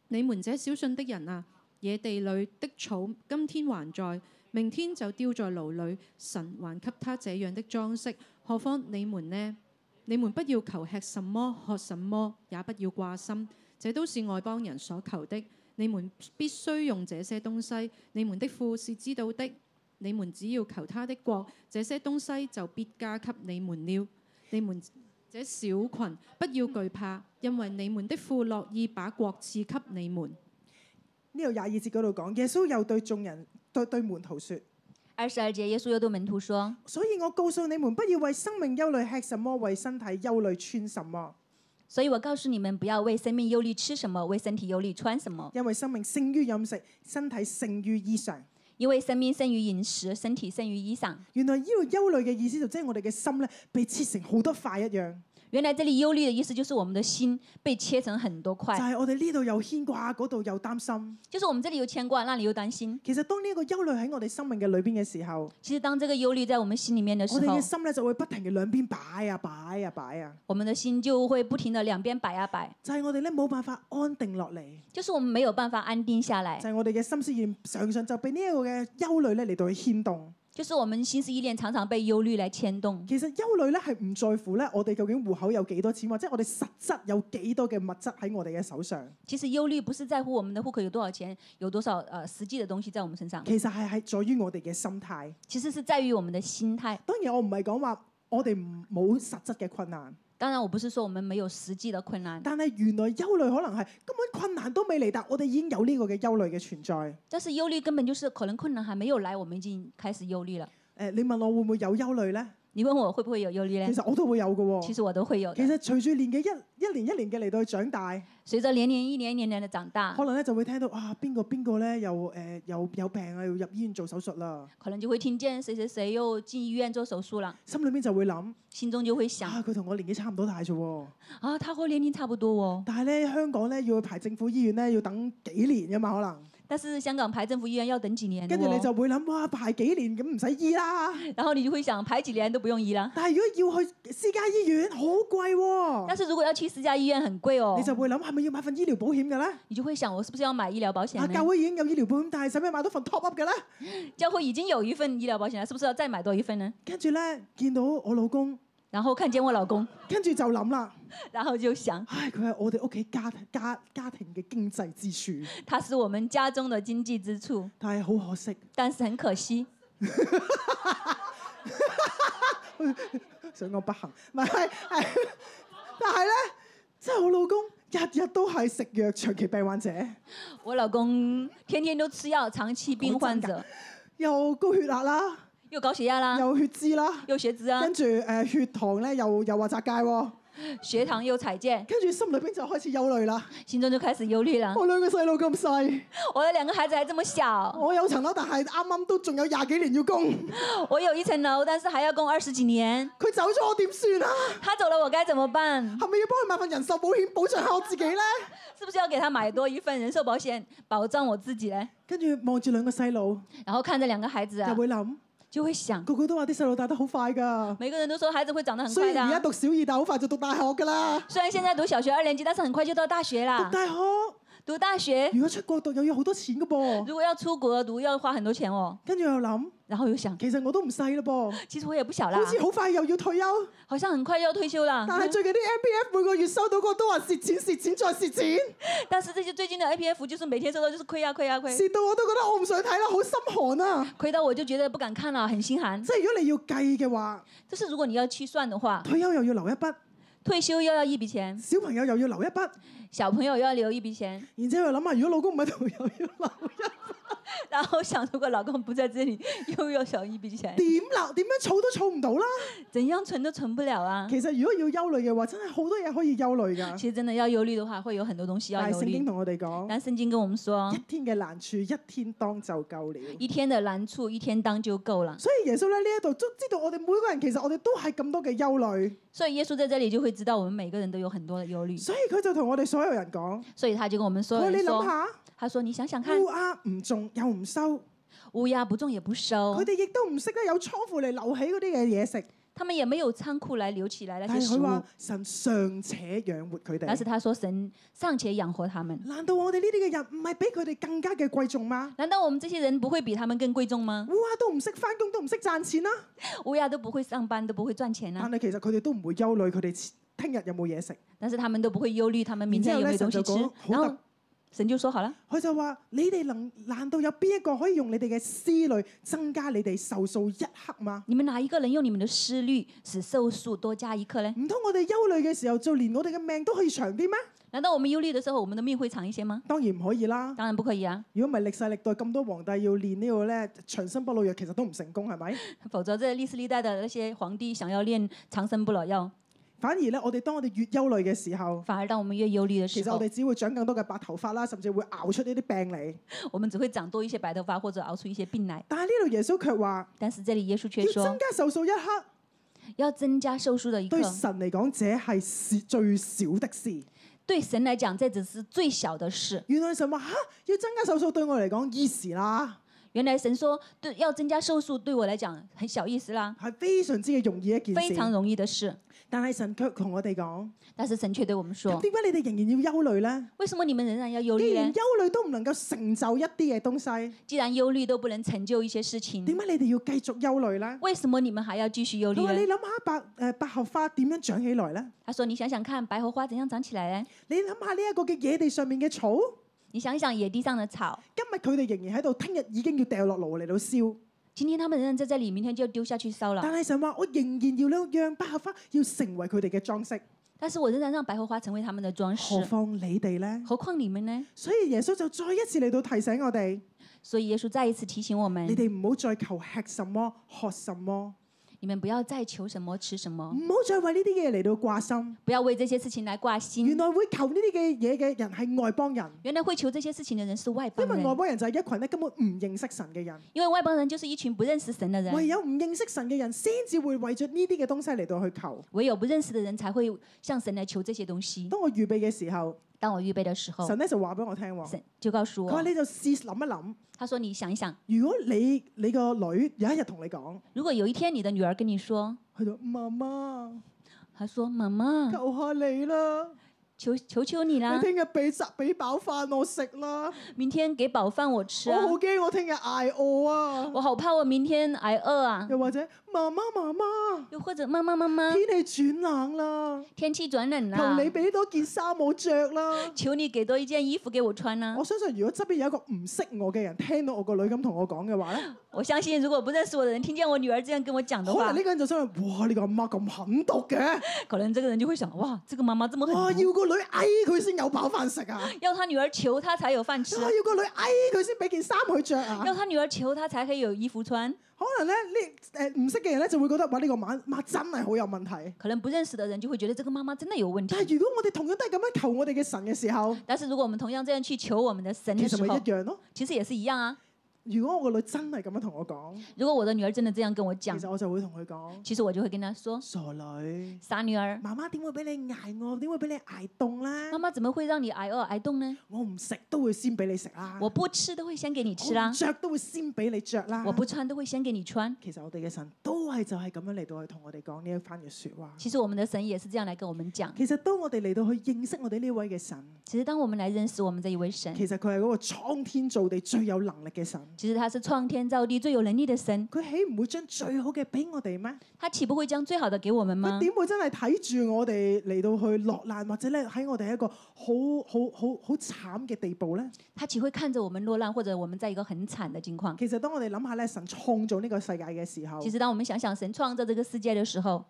[SPEAKER 3] 你們這小信的人啊，野地裏的草今天還在，明天就丟在爐裏。神還給他這樣的裝飾，何況你們呢？你們不要求吃什麼、喝什麼，也不要掛心。這都是外邦人所求的。你們必須用這些東西，你們的父是知道的。你們只要求他的國，這些東西就必加給你們了。你們這小群不要懼怕，因為你們的父樂意把國賜給你們。
[SPEAKER 1] 呢度廿二節嗰度講，耶穌又對眾人對對門徒説：
[SPEAKER 2] 二十二节，耶穌又對門徒說：
[SPEAKER 1] 所以我告訴你們，不要為生命憂慮吃什麼，為身體憂慮穿什麼，
[SPEAKER 2] 所以我告訴你們，不要為生命憂慮吃什麼，為身体忧虑穿什么，
[SPEAKER 1] 因為生命勝於飲食，身體勝於衣裳。
[SPEAKER 2] 因为生命胜于饮食，身体胜于衣裳。
[SPEAKER 1] 原來呢度憂慮嘅意思就即係我哋嘅心咧被切成好多塊一樣，
[SPEAKER 2] 原来这里忧虑的意思就是我们的心被切成很多
[SPEAKER 1] 就
[SPEAKER 2] 块，
[SPEAKER 1] 係我哋呢度又牽掛，嗰度又擔心。
[SPEAKER 2] 就是我們這裡又牽掛，那裡又擔心。
[SPEAKER 1] 其實當呢一個憂慮喺我哋生命嘅裏邊嘅時候，
[SPEAKER 2] 其實當這個憂慮在我們心裡面的
[SPEAKER 1] 我
[SPEAKER 2] 時
[SPEAKER 1] 哋
[SPEAKER 2] 候
[SPEAKER 1] 嘅，心咧就會不停嘅兩邊擺啊擺啊擺啊，
[SPEAKER 2] 我們的心就會不停的兩邊擺啊擺，
[SPEAKER 1] 就係、我哋咧冇辦法安定落嚟，
[SPEAKER 2] 就是我們沒有辦法安定下來
[SPEAKER 1] 就，係、我哋嘅心思意念常常就被呢一個嘅憂慮咧嚟到去牽動。
[SPEAKER 2] 就是我們心思意念常常被憂慮來牽動。
[SPEAKER 1] 其實憂慮咧係唔在乎咧我哋究竟户口有幾多錢，或者我哋實質有幾多嘅物質喺我哋嘅手上，
[SPEAKER 2] 其實憂慮不是在乎我們的户口有多少錢，有多少呃實際的東西在我們身上，
[SPEAKER 1] 其實係係在於我哋嘅心態。
[SPEAKER 2] 其實是在於我們的心態。
[SPEAKER 1] 當然我唔係講話我哋唔冇實質嘅困難，
[SPEAKER 2] 當然，我不是說我們沒有實際的困難，
[SPEAKER 1] 但係原來憂慮可能係根本困難都未嚟，但我哋已經有呢個嘅憂慮嘅存在。誒、
[SPEAKER 2] 但是憂慮根本就是可能困難還沒有來，我們已經開始憂慮了。
[SPEAKER 1] 你問我會唔會有憂慮呢？
[SPEAKER 2] 你問我會不會有憂慮
[SPEAKER 1] 其
[SPEAKER 2] 呢？
[SPEAKER 1] 實我都會有嘅
[SPEAKER 2] 其
[SPEAKER 1] 喎。
[SPEAKER 2] 實我都會有
[SPEAKER 1] 其
[SPEAKER 2] 的。
[SPEAKER 1] 實隨住年紀一一年一年嘅嚟到去長大，
[SPEAKER 2] 隨着年年一年一年年的長大，
[SPEAKER 1] 可能咧就會聽到啊邊個邊個咧又誒、呃有有病啊，要入醫院做手術啦，
[SPEAKER 2] 可能就會聽見誰誰誰又進醫院做手術了，
[SPEAKER 1] 心裏面就會諗。
[SPEAKER 2] 心中就會想
[SPEAKER 1] 啊，佢同我年紀差唔多大啫喎，
[SPEAKER 2] 啊，他和年齡差不多哦。
[SPEAKER 1] 但係咧香港咧要去排政府醫院咧要等幾年噶嘛，可能
[SPEAKER 2] 但是香港排政府醫院要等幾年、哦，
[SPEAKER 1] 跟住你就會諗哇排幾年咁唔使醫啦，
[SPEAKER 2] 然後你就會想排幾年都不用醫啦。
[SPEAKER 1] 但係如果要去私家醫院好貴喎、
[SPEAKER 2] 但是如果要去私家醫院很貴哦，
[SPEAKER 1] 你就會諗係咪要買份醫療保險嘅咧？
[SPEAKER 2] 你就會想我是不是要買醫療保險
[SPEAKER 1] 啊，教
[SPEAKER 2] 呢？
[SPEAKER 1] 會已經有醫療保險，但係使唔使買多份 top up 嘅咧？
[SPEAKER 2] 教會已經有一份醫療保險了，是不是要再買多一份呢？
[SPEAKER 1] 跟住咧見到我老公，
[SPEAKER 2] 然後看見我老公，
[SPEAKER 1] 跟住就諗啦，
[SPEAKER 2] 然後就想
[SPEAKER 1] 唉，佢係我哋屋企家家家庭嘅經濟支柱，
[SPEAKER 2] 他是我們家中的經濟支柱，
[SPEAKER 1] 但係好可惜，
[SPEAKER 2] 但是很可惜，
[SPEAKER 1] 想講不幸，唔係係係，但係咧，即係我老公日日都係食藥長期病患者，
[SPEAKER 2] 我老公天天都吃藥，長期病患者，
[SPEAKER 1] 又高血壓啦，
[SPEAKER 2] 又高血壓啦，
[SPEAKER 1] 又血脂啦，
[SPEAKER 2] 又血脂啊，
[SPEAKER 1] 跟住誒、呃血糖咧又又話擲界喎，
[SPEAKER 2] 血糖又踩界，
[SPEAKER 1] 跟住心裏邊就開始憂慮啦。
[SPEAKER 2] 心中就開始憂慮了。
[SPEAKER 1] 我兩個細路咁細，
[SPEAKER 2] 我的兩個孩子還這麼小，
[SPEAKER 1] 我有層樓，但係啱啱都仲有廿幾年要供，
[SPEAKER 2] 我有一層樓，但是還要供二十幾年。
[SPEAKER 1] 佢走咗我點算啊？
[SPEAKER 2] 他走了，我該怎麼辦？
[SPEAKER 1] 係咪要幫佢買份人壽保險保障下我自己咧？
[SPEAKER 2] 是不是要給他買多一份人壽保險，保障我自己嘞？
[SPEAKER 1] 跟住望住兩個細路，
[SPEAKER 2] 然後看着兩個孩子
[SPEAKER 1] 又
[SPEAKER 2] 啊，
[SPEAKER 1] 會諗，
[SPEAKER 2] 就會想，
[SPEAKER 1] 個個都話啲細路大得好快㗎。
[SPEAKER 2] 每個人都說孩子會長得很
[SPEAKER 1] 雖
[SPEAKER 2] 快的
[SPEAKER 1] 然而
[SPEAKER 2] 啊、
[SPEAKER 1] 家讀小二，但好快就讀大學㗎啦。
[SPEAKER 2] 雖然現在讀小學二年級，但是很快就到大學
[SPEAKER 1] 讀
[SPEAKER 2] 啦。
[SPEAKER 1] 大學，
[SPEAKER 2] 讀大學
[SPEAKER 1] 如果出國讀又要好多錢㗎噃。
[SPEAKER 2] 如果要出國讀，要花很多錢哦。
[SPEAKER 1] 跟住又諗，
[SPEAKER 2] 然後又想，
[SPEAKER 1] 其實我都唔細嘞噃，
[SPEAKER 2] 其實我也不小啦
[SPEAKER 1] 好，似好快又要退休。
[SPEAKER 2] 好像很快就要退休啦。
[SPEAKER 1] 但係最近啲 M B F 每個月收到個都話蝕錢、蝕錢再蝕錢，
[SPEAKER 2] 但是這些最近的 A P F 就是每天收到就是虧啊虧啊虧，
[SPEAKER 1] 蝕到我都覺得我唔想睇啦，好心寒啊！
[SPEAKER 2] 虧到我就覺得不敢看了，很心寒
[SPEAKER 1] 即。係如果你要計嘅話，
[SPEAKER 2] 就是如果你要去算的話，
[SPEAKER 1] 退休又要留一筆，
[SPEAKER 2] 退休又要一筆錢，
[SPEAKER 1] 小朋友又要留一筆，
[SPEAKER 2] 小朋友又要留一筆錢，
[SPEAKER 1] 然之後又諗下如果老公唔喺度又要留一筆，
[SPEAKER 2] 然後想如果老公不在這裡，又要少一筆錢，
[SPEAKER 1] 點留點樣儲都儲唔到啦。
[SPEAKER 2] 怎樣存都存不了啊！
[SPEAKER 1] 其實如果要憂慮嘅話，真係好多嘢可以憂慮 㗎。
[SPEAKER 2] 其實真的要憂慮的話，會有很多東西要
[SPEAKER 1] 但係
[SPEAKER 2] 憂
[SPEAKER 1] 聖經
[SPEAKER 2] 慮。
[SPEAKER 1] 同我哋講，
[SPEAKER 2] 但聖經跟我們說
[SPEAKER 1] 一，天嘅難處一天當就夠了。
[SPEAKER 2] 一天的難處一天當就夠了。
[SPEAKER 1] 所以耶穌咧呢一度都知道我哋每個人其實我哋都係咁多嘅憂慮，
[SPEAKER 2] 所以耶穌在這裡就會知道我們每個人都有很多的憂慮，
[SPEAKER 1] 所以佢就同我哋所有人講：，
[SPEAKER 2] 所以他就跟我們
[SPEAKER 1] 佢
[SPEAKER 2] 所
[SPEAKER 1] 話
[SPEAKER 2] 有
[SPEAKER 1] 你
[SPEAKER 2] 人
[SPEAKER 1] 諗
[SPEAKER 2] 說，
[SPEAKER 1] 下，
[SPEAKER 2] 他說：你想想啊看，哦
[SPEAKER 1] 烏鴉唔種又唔收，
[SPEAKER 2] 烏鴉不種也不收
[SPEAKER 1] 佢，哋亦都唔識得有倉庫嚟留起嗰啲嘅嘢食。
[SPEAKER 2] 他們也沒有倉庫來留起來那
[SPEAKER 1] 但
[SPEAKER 2] 些
[SPEAKER 1] 係
[SPEAKER 2] 食
[SPEAKER 1] 佢
[SPEAKER 2] 物
[SPEAKER 1] 話。神尚且養活佢
[SPEAKER 2] 但是
[SPEAKER 1] 哋，
[SPEAKER 2] 他說神尚且養活他們，
[SPEAKER 1] 難道我哋呢啲嘅人唔係比佢哋更加嘅貴重嗎？
[SPEAKER 2] 难道我们這些人不會比他們更貴重嗎
[SPEAKER 1] 烏？鴉都唔識翻工，都唔識賺錢啦、
[SPEAKER 2] 烏鴉都不會上班，都不會賺錢啊
[SPEAKER 1] 但！係其實佢哋都唔會憂慮佢哋聽日有冇嘢食。
[SPEAKER 2] 但是他們都不會憂慮，他們明天有沒有東西
[SPEAKER 1] 然之後呢神就
[SPEAKER 2] 吃
[SPEAKER 1] 講。
[SPEAKER 2] 然
[SPEAKER 1] 好
[SPEAKER 2] 後神就說好了，
[SPEAKER 1] 佢就話：你哋能難道有邊一個可以用你哋嘅思慮增加你哋壽數一刻嗎？
[SPEAKER 2] 你們哪一個人用你們的思慮使壽數多加一刻呢？
[SPEAKER 1] 唔通我哋憂慮嘅時候，就連我哋嘅命都可以長啲咩？
[SPEAKER 2] 難道我們憂慮的時候，我們的命會長一些嗎？
[SPEAKER 1] 當然唔可以啦。
[SPEAKER 2] 當然不可以啊，
[SPEAKER 1] 如果唔係歷世歷代咁多皇帝要練呢個咧長生不老藥，其實都唔成功係咪？
[SPEAKER 2] 否則這歷世歷代的那些皇帝想要練長生不老藥，
[SPEAKER 1] 反而咧，我哋當我哋越憂慮嘅時候，
[SPEAKER 2] 反而當我們越憂慮的
[SPEAKER 1] 其實
[SPEAKER 2] 時
[SPEAKER 1] 我
[SPEAKER 2] 候，
[SPEAKER 1] 哋只會長更多嘅白頭髮啦，甚至會熬出呢啲病嚟。
[SPEAKER 2] 我們只會長多一些白頭髮或者熬出一些病來。
[SPEAKER 1] 但係呢度耶穌卻話
[SPEAKER 2] 但是這裡耶穌卻
[SPEAKER 1] 要
[SPEAKER 2] 說
[SPEAKER 1] 增，加壽數一刻，
[SPEAKER 2] 要增加壽數的一刻
[SPEAKER 1] 對，神嚟講，這係事最少的事。
[SPEAKER 2] 對神來講，這只是最小的事。
[SPEAKER 1] 原來神話吓要增加壽數對我嚟講 easy 啦，
[SPEAKER 2] 原來神說对要增加寿数，对我來講很小意思啦，
[SPEAKER 1] 係非常之嘅容易一件
[SPEAKER 2] 非常
[SPEAKER 1] 事。
[SPEAKER 2] 容易的事。
[SPEAKER 1] 但係神卻同我哋講：
[SPEAKER 2] 但是神卻對我們
[SPEAKER 1] 咁
[SPEAKER 2] 說，
[SPEAKER 1] 點解你哋仍然要憂慮呢？
[SPEAKER 2] 為什麼你們仍然要憂
[SPEAKER 1] 既
[SPEAKER 2] 慮
[SPEAKER 1] 然
[SPEAKER 2] 呢？
[SPEAKER 1] 憂慮都唔能夠成就一啲嘅東西，
[SPEAKER 2] 既然憂慮都不能成就一些事情，
[SPEAKER 1] 點解你哋要繼續憂慮呢？
[SPEAKER 2] 為什麼你們還要繼續憂
[SPEAKER 1] 佢話：你
[SPEAKER 2] 嗯慮呢？
[SPEAKER 1] 諗下白誒百合花點樣長起來呢？
[SPEAKER 2] 他說：你想想看，白荷花怎樣長起來呢？
[SPEAKER 1] 你諗下呢一個嘅野地上面嘅草，
[SPEAKER 2] 你想一想野地上的草，
[SPEAKER 1] 今日佢哋仍然喺度，聽日已經要掉落爐嚟到燒。
[SPEAKER 2] 今天他們仍然在這裡，明天就丟下去燒
[SPEAKER 1] 但
[SPEAKER 2] 了。
[SPEAKER 1] 係神話，我仍然要咧讓百合花要成為佢哋嘅裝飾，
[SPEAKER 2] 但是我仍然讓白荷花成為他們的裝
[SPEAKER 1] 何
[SPEAKER 2] 飾，
[SPEAKER 1] 況你哋呢？
[SPEAKER 2] 何況你們呢？
[SPEAKER 1] 所以耶穌就再一次嚟到提醒我哋：
[SPEAKER 2] 所以耶穌再一次提醒我
[SPEAKER 1] 你
[SPEAKER 2] 們：
[SPEAKER 1] 哋唔好再求吃什麼、喝什麼，
[SPEAKER 2] 你們不要再求什麼吃什麼，
[SPEAKER 1] 唔好再為呢啲嘢嚟到掛心。
[SPEAKER 2] 不要為這些事情來掛
[SPEAKER 1] 原
[SPEAKER 2] 心。
[SPEAKER 1] 來會求呢啲嘅嘢嘅人係外邦人，
[SPEAKER 2] 原來會求這些事情的人是外邦
[SPEAKER 1] 因為外
[SPEAKER 2] 人，
[SPEAKER 1] 邦人就係一群咧根本唔認識神嘅人。
[SPEAKER 2] 因為外邦人就是一群不認識神的人。
[SPEAKER 1] 唯有唔認識神嘅人，先至會為咗呢啲嘅東西嚟到去求。
[SPEAKER 2] 唯有不認識的人才會向神来求这些东西。
[SPEAKER 1] 當我預備嘅時候，
[SPEAKER 2] 当我预备的时候，
[SPEAKER 1] 神咧就話俾我聽喎，
[SPEAKER 2] 神就告訴
[SPEAKER 1] 佢話
[SPEAKER 2] 我，
[SPEAKER 1] 你就試諗一諗，
[SPEAKER 2] 他说：“你想一想，
[SPEAKER 1] 如果你你個女有一日同你講，
[SPEAKER 2] 如果有一天你的女儿跟你说，
[SPEAKER 1] 佢就媽媽
[SPEAKER 2] 她说：‘妈妈，
[SPEAKER 1] 求下你啦，
[SPEAKER 2] 求求求你啦
[SPEAKER 1] 你，聽日俾集俾飽飯我食啦，
[SPEAKER 2] 明天给飽飯我吃
[SPEAKER 1] 我
[SPEAKER 2] 啊
[SPEAKER 1] 好，驚我聽日挨餓啊！
[SPEAKER 2] 我好怕我明天挨饿啊。
[SPEAKER 1] 又或者媽媽媽媽’，
[SPEAKER 2] 又或者妈妈妈妈，
[SPEAKER 1] 天氣轉冷啦，
[SPEAKER 2] 天气转冷
[SPEAKER 1] 求
[SPEAKER 2] 啦，
[SPEAKER 1] 你俾多件衫我着啦。
[SPEAKER 2] 求你給多一件衣服给我穿啊啦、
[SPEAKER 1] 我相信如果側邊有一個唔識我嘅人聽到我個女咁同我講嘅話咧，
[SPEAKER 2] 我相信如果不認識我的人聽見我女儿這樣跟我講的
[SPEAKER 1] 可
[SPEAKER 2] 話
[SPEAKER 1] 能呢，個人就想話：哇！你個阿媽咁狠毒嘅，
[SPEAKER 2] 可能這個人就會想：哇，這個媽媽這麼
[SPEAKER 1] 哇！
[SPEAKER 2] 狠毒，
[SPEAKER 1] 要個女矮佢先有飽飯食啊！
[SPEAKER 2] 要他女儿求他才有飯吃，
[SPEAKER 1] 哇！要個女矮佢先俾件衫佢着哦啊！
[SPEAKER 2] 要他女儿求他才可以有衣服穿。
[SPEAKER 1] 可能咧呢誒唔識嘅人咧就會覺得哇！呢個媽媽真係好有問題。
[SPEAKER 2] 可能不認識的人就會覺得這個媽媽真的有問
[SPEAKER 1] 但
[SPEAKER 2] 題。
[SPEAKER 1] 係如果我哋同樣都係咁樣求我哋嘅神嘅時候，
[SPEAKER 2] 但是如果我們同樣這樣去求我們的神
[SPEAKER 1] 其
[SPEAKER 2] 的
[SPEAKER 1] 實
[SPEAKER 2] 時
[SPEAKER 1] 咪一
[SPEAKER 2] 候，
[SPEAKER 1] 樣咯。
[SPEAKER 2] 其實也是一樣啊。
[SPEAKER 1] 如果我個女真係咁樣同我講，
[SPEAKER 2] 如果我的女兒真的這樣跟我
[SPEAKER 1] 其
[SPEAKER 2] 講，
[SPEAKER 1] 實我就嗯會同佢講：
[SPEAKER 2] 其實我就會跟她說
[SPEAKER 1] 傻女，：“
[SPEAKER 2] 傻女兒，
[SPEAKER 1] 媽媽點會俾你捱餓？點會俾你捱凍
[SPEAKER 2] 媽
[SPEAKER 1] 啦？
[SPEAKER 2] 媽怎麼會讓你挨餓挨凍呢？
[SPEAKER 1] 我唔食都會先俾你食啦，
[SPEAKER 2] 我不吃都會先給你吃啦
[SPEAKER 1] 嗯我唔，啊着都會先俾你着啦。
[SPEAKER 2] 我不穿都會先給你穿。
[SPEAKER 1] 其實我哋嘅神都係就係咁樣嚟到去同我哋講呢一番嘅説話。
[SPEAKER 2] 其實我們的神也是這樣來跟我們講。
[SPEAKER 1] 其實當我哋嚟到去認識我哋呢位嘅神，
[SPEAKER 2] 其實當我們來認識我們這一位神，
[SPEAKER 1] 其實佢係嗰個創天造地最有能力嘅神。
[SPEAKER 2] 其實他是創天造地最有能力的神，
[SPEAKER 1] 佢豈唔會將最好嘅俾我哋咩？
[SPEAKER 2] 他豈不會將最好的給我們
[SPEAKER 1] 佢
[SPEAKER 2] 嗎？
[SPEAKER 1] 點會真係睇住我哋嚟到去落難，或者咧喺我哋一個好好好好慘嘅地步呢？
[SPEAKER 2] 他只會看着我們落難，或者我們在一個很慘的境況。
[SPEAKER 1] 其實當我哋諗下咧，神創造呢個世界嘅時候
[SPEAKER 2] 其，實當我們想想神創造這個世界的時候，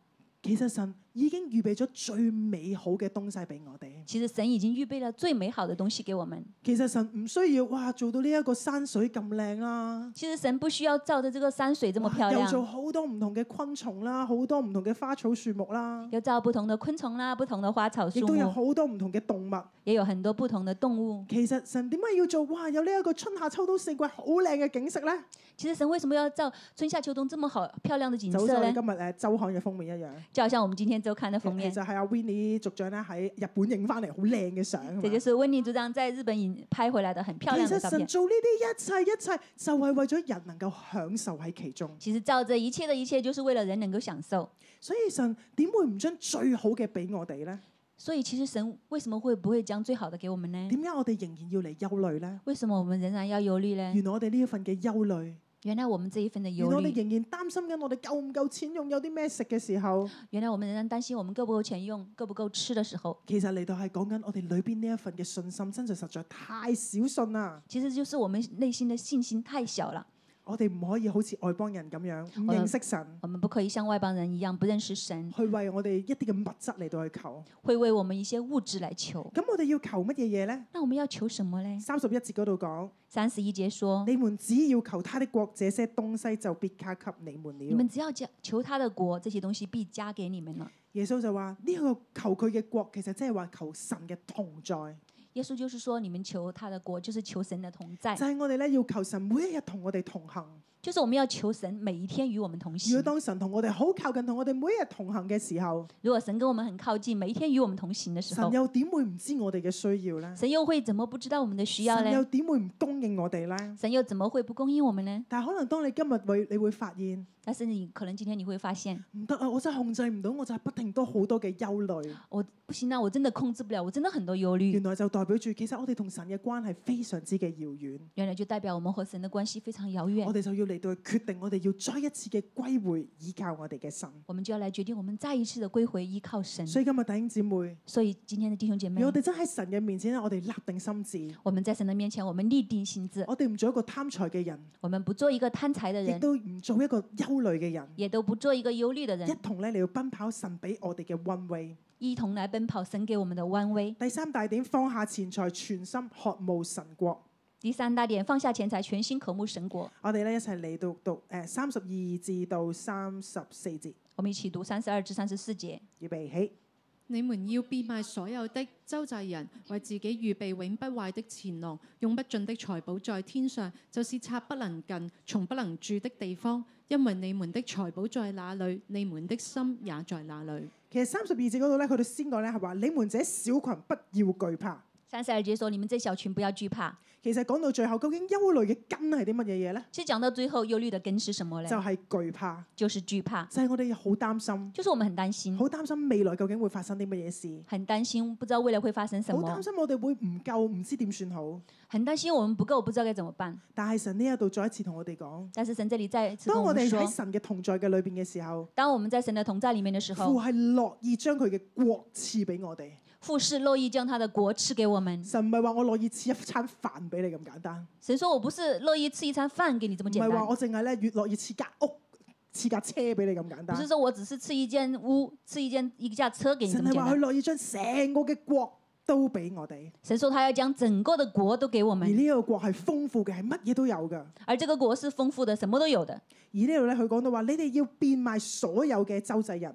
[SPEAKER 1] 其實神已經預備咗最美好嘅東西俾我哋。
[SPEAKER 2] 其實神已經預備了最美好的東西給我們。
[SPEAKER 1] 其實神唔需要哇做到呢一個山水咁靚啦。
[SPEAKER 2] 其實神不需要照着這個山水這麼啊漂
[SPEAKER 1] 又做
[SPEAKER 2] 亮，
[SPEAKER 1] 好多唔同嘅昆蟲啦，好多唔同嘅花草樹木啦，
[SPEAKER 2] 要照不同的昆蟲啦、不同的花草
[SPEAKER 1] 亦
[SPEAKER 2] 樹
[SPEAKER 1] 都有
[SPEAKER 2] 木，
[SPEAKER 1] 好多唔同嘅動物。
[SPEAKER 2] 也有很多不同的動物。
[SPEAKER 1] 其實神點解要做哇有呢一個春夏秋冬四季好靚嘅景色呢？
[SPEAKER 2] 其實神為什麼要照春夏秋冬這麼好漂亮的景
[SPEAKER 1] 就好似我
[SPEAKER 2] 色
[SPEAKER 1] 哋
[SPEAKER 2] 呢
[SPEAKER 1] 今？日誒周刊嘅封面一樣，
[SPEAKER 2] 就好像我們今天周刊的
[SPEAKER 1] 其
[SPEAKER 2] 封面
[SPEAKER 1] 其，實係阿 Winnie 族長咧喺日本影翻嚟好靚嘅相啊嘛。
[SPEAKER 2] 這就是溫妮組長在日本影拍回來的很
[SPEAKER 1] 其
[SPEAKER 2] 漂亮的
[SPEAKER 1] 實
[SPEAKER 2] 照
[SPEAKER 1] 神
[SPEAKER 2] 片。
[SPEAKER 1] 做呢啲一切一切，就係為咗人能夠享受喺其中。
[SPEAKER 2] 其實照着一切的一切，就是為了人能夠享受。
[SPEAKER 1] 所以神點會唔將最好嘅俾我哋呢？
[SPEAKER 2] 所以其實神為什麼會不會將最好的給我們呢？
[SPEAKER 1] 點解我哋仍然要嚟憂慮呢？
[SPEAKER 2] 為什麼我們仍然要憂慮呢？
[SPEAKER 1] 原來我哋呢一份嘅憂慮。
[SPEAKER 2] 原來我們這一份的
[SPEAKER 1] 原
[SPEAKER 2] 憂
[SPEAKER 1] 來我哋
[SPEAKER 2] 慮，
[SPEAKER 1] 仍然擔心緊，我哋夠唔夠錢用，有啲咩食嘅時候，
[SPEAKER 2] 原來我們仍然擔心我們夠不夠錢用、夠不夠吃的時候，
[SPEAKER 1] 其實嚟到係講緊我哋裏邊呢一份嘅信心，真係實在太少信啦。
[SPEAKER 2] 其實就是我們內心的信心太小了。
[SPEAKER 1] 我哋唔可以好似外邦人咁樣唔
[SPEAKER 2] 我
[SPEAKER 1] 認識神，
[SPEAKER 2] 我们不可以像外邦人一样不认识神，
[SPEAKER 1] 去為我哋一啲嘅物質嚟到去求。
[SPEAKER 2] 会为我们一些物质来求。
[SPEAKER 1] 咁我哋要求乜嘢嘢呢？
[SPEAKER 2] 那我们要求什么嘞？
[SPEAKER 1] 三十一節嗰度講：
[SPEAKER 2] 三十一节说：
[SPEAKER 1] 你們只要求他的國，這些東西就必加給你們
[SPEAKER 2] 你
[SPEAKER 1] 了
[SPEAKER 2] 们。只要加求他的国，这些东西必加给你们了。
[SPEAKER 1] 耶穌就話：呢、個求佢嘅國，其實即係話求神嘅同在。
[SPEAKER 2] 耶稣就是说，你们求他的国，就是求神的同在
[SPEAKER 1] 就，係我哋咧要求神每一日同我哋同行。
[SPEAKER 2] 就是我们要求神每一天与我们同
[SPEAKER 1] 如果
[SPEAKER 2] 行。
[SPEAKER 1] 當神同我哋好靠近，同我哋每一日同行嘅時候，
[SPEAKER 2] 如果神跟我们很靠近，每一天与我们同行的时
[SPEAKER 1] 神
[SPEAKER 2] 候，
[SPEAKER 1] 又點會唔知我哋嘅需要呢？
[SPEAKER 2] 神又會怎么不知道我们的需要
[SPEAKER 1] 神又
[SPEAKER 2] 嘞？
[SPEAKER 1] 點會唔供應我哋呢？
[SPEAKER 2] 神又怎么会不供应我们呢？
[SPEAKER 1] 但係可能當你今日會，你會發現
[SPEAKER 2] 但是你可能今天你会发现，
[SPEAKER 1] 唔得啊！我真係控制唔到，我就係不停多好多嘅憂慮。
[SPEAKER 2] 我不行啊，我真的控制不了，我真的很多忧虑
[SPEAKER 1] 原。來就代表住，其實我哋同神嘅關係非常之嘅遙遠。
[SPEAKER 2] 原来就代表我们和神的关系非常遥远
[SPEAKER 1] 我，哋就要嚟到去決定，我哋要再一次嘅歸回，依靠我哋嘅神。
[SPEAKER 2] 我们就要来决定我们再一次的归回依靠神。
[SPEAKER 1] 所以今日弟兄姊妹，
[SPEAKER 2] 所以今天的弟兄姐
[SPEAKER 1] 如
[SPEAKER 2] 妹
[SPEAKER 1] 果我，哋真喺神嘅面前咧，我哋立定心志，
[SPEAKER 2] 我们在神的面前，我们立定心智，
[SPEAKER 1] 我哋唔做一個貪財嘅人，
[SPEAKER 2] 我们不做一个贪财的
[SPEAKER 1] 亦
[SPEAKER 2] 人，
[SPEAKER 1] 都唔做一個憂慮嘅人。
[SPEAKER 2] 也都不做一个忧虑的
[SPEAKER 1] 一
[SPEAKER 2] 人，
[SPEAKER 1] 同咧你要奔跑神俾我哋嘅恩惠。
[SPEAKER 2] 一同来奔跑神给我们的弯威。
[SPEAKER 1] 第三大點，放下錢財，全心渴慕神國。
[SPEAKER 2] 第三大点，放下钱财，全心渴慕神国。
[SPEAKER 1] 我哋咧一齊嚟到讀誒三十二至到三十四節，
[SPEAKER 2] 我们一起读三十二至三十四节。
[SPEAKER 1] 預備起。
[SPEAKER 3] 你們要變賣所有的，周濟人，為自己預備永不壞的前囊，用不盡的財寶在天上，就是賊不能近、蟲不能住的地方。因為你們的財寶在哪裏，你們的心也在哪裏。
[SPEAKER 1] 其實三十二節嗰度咧，佢哋先講咧係話：你們這小群不要懼怕。
[SPEAKER 2] 三十二节说：“你们这小群不要惧怕。
[SPEAKER 1] 其實講到最後，究竟憂慮嘅根係啲乜嘢嘢咧？”
[SPEAKER 2] 其实讲到最后，忧虑的根是什么嘞
[SPEAKER 1] 就？係懼怕，
[SPEAKER 2] 就是惧怕，
[SPEAKER 1] 就係我哋好擔心，
[SPEAKER 2] 就是我们很担心，
[SPEAKER 1] 好擔心未來究竟會發生啲乜嘢事，
[SPEAKER 2] 很担心不知道未来会发生什
[SPEAKER 1] 好
[SPEAKER 2] 么
[SPEAKER 1] 擔，心我哋會唔夠，唔知點算好。
[SPEAKER 2] 很担心我们不够，不知道该怎么办。
[SPEAKER 1] 但係神呢一度再一次同我哋講，
[SPEAKER 2] 但是神这里再一次跟
[SPEAKER 1] 當
[SPEAKER 2] 我
[SPEAKER 1] 我
[SPEAKER 2] 们
[SPEAKER 1] 哋
[SPEAKER 2] 说
[SPEAKER 1] 喺，神嘅同在嘅裏邊嘅時候，
[SPEAKER 2] 当我们在神的同在里面的时
[SPEAKER 1] 父啊
[SPEAKER 2] 候，
[SPEAKER 1] 係樂意將佢嘅國賜俾我哋。
[SPEAKER 2] 父是乐意将他的国赐给我们。
[SPEAKER 1] 神唔係話我樂意賜一餐飯俾你咁簡單，
[SPEAKER 2] 神说：“我不是乐意吃一餐饭给你这
[SPEAKER 1] 唔
[SPEAKER 2] 么简
[SPEAKER 1] 係話
[SPEAKER 2] 单，
[SPEAKER 1] 我淨係咧越樂意賜架屋、賜架車俾你咁簡
[SPEAKER 2] 不
[SPEAKER 1] 單
[SPEAKER 2] 是。说我只是吃一间屋、吃一间一架车给你这
[SPEAKER 1] 神
[SPEAKER 2] 么
[SPEAKER 1] 係
[SPEAKER 2] 简
[SPEAKER 1] 話佢
[SPEAKER 2] 单。
[SPEAKER 1] 樂意將成個嘅國都俾我哋，”
[SPEAKER 2] 神说他要将整个的国都给我
[SPEAKER 1] 而
[SPEAKER 2] 们，
[SPEAKER 1] 呢個國係豐富嘅，係乜嘢都有㗎。
[SPEAKER 2] 而这个国是丰富的，什么都有的。
[SPEAKER 1] 而呢度咧，佢講到話：你哋要變賣所有嘅周濟人，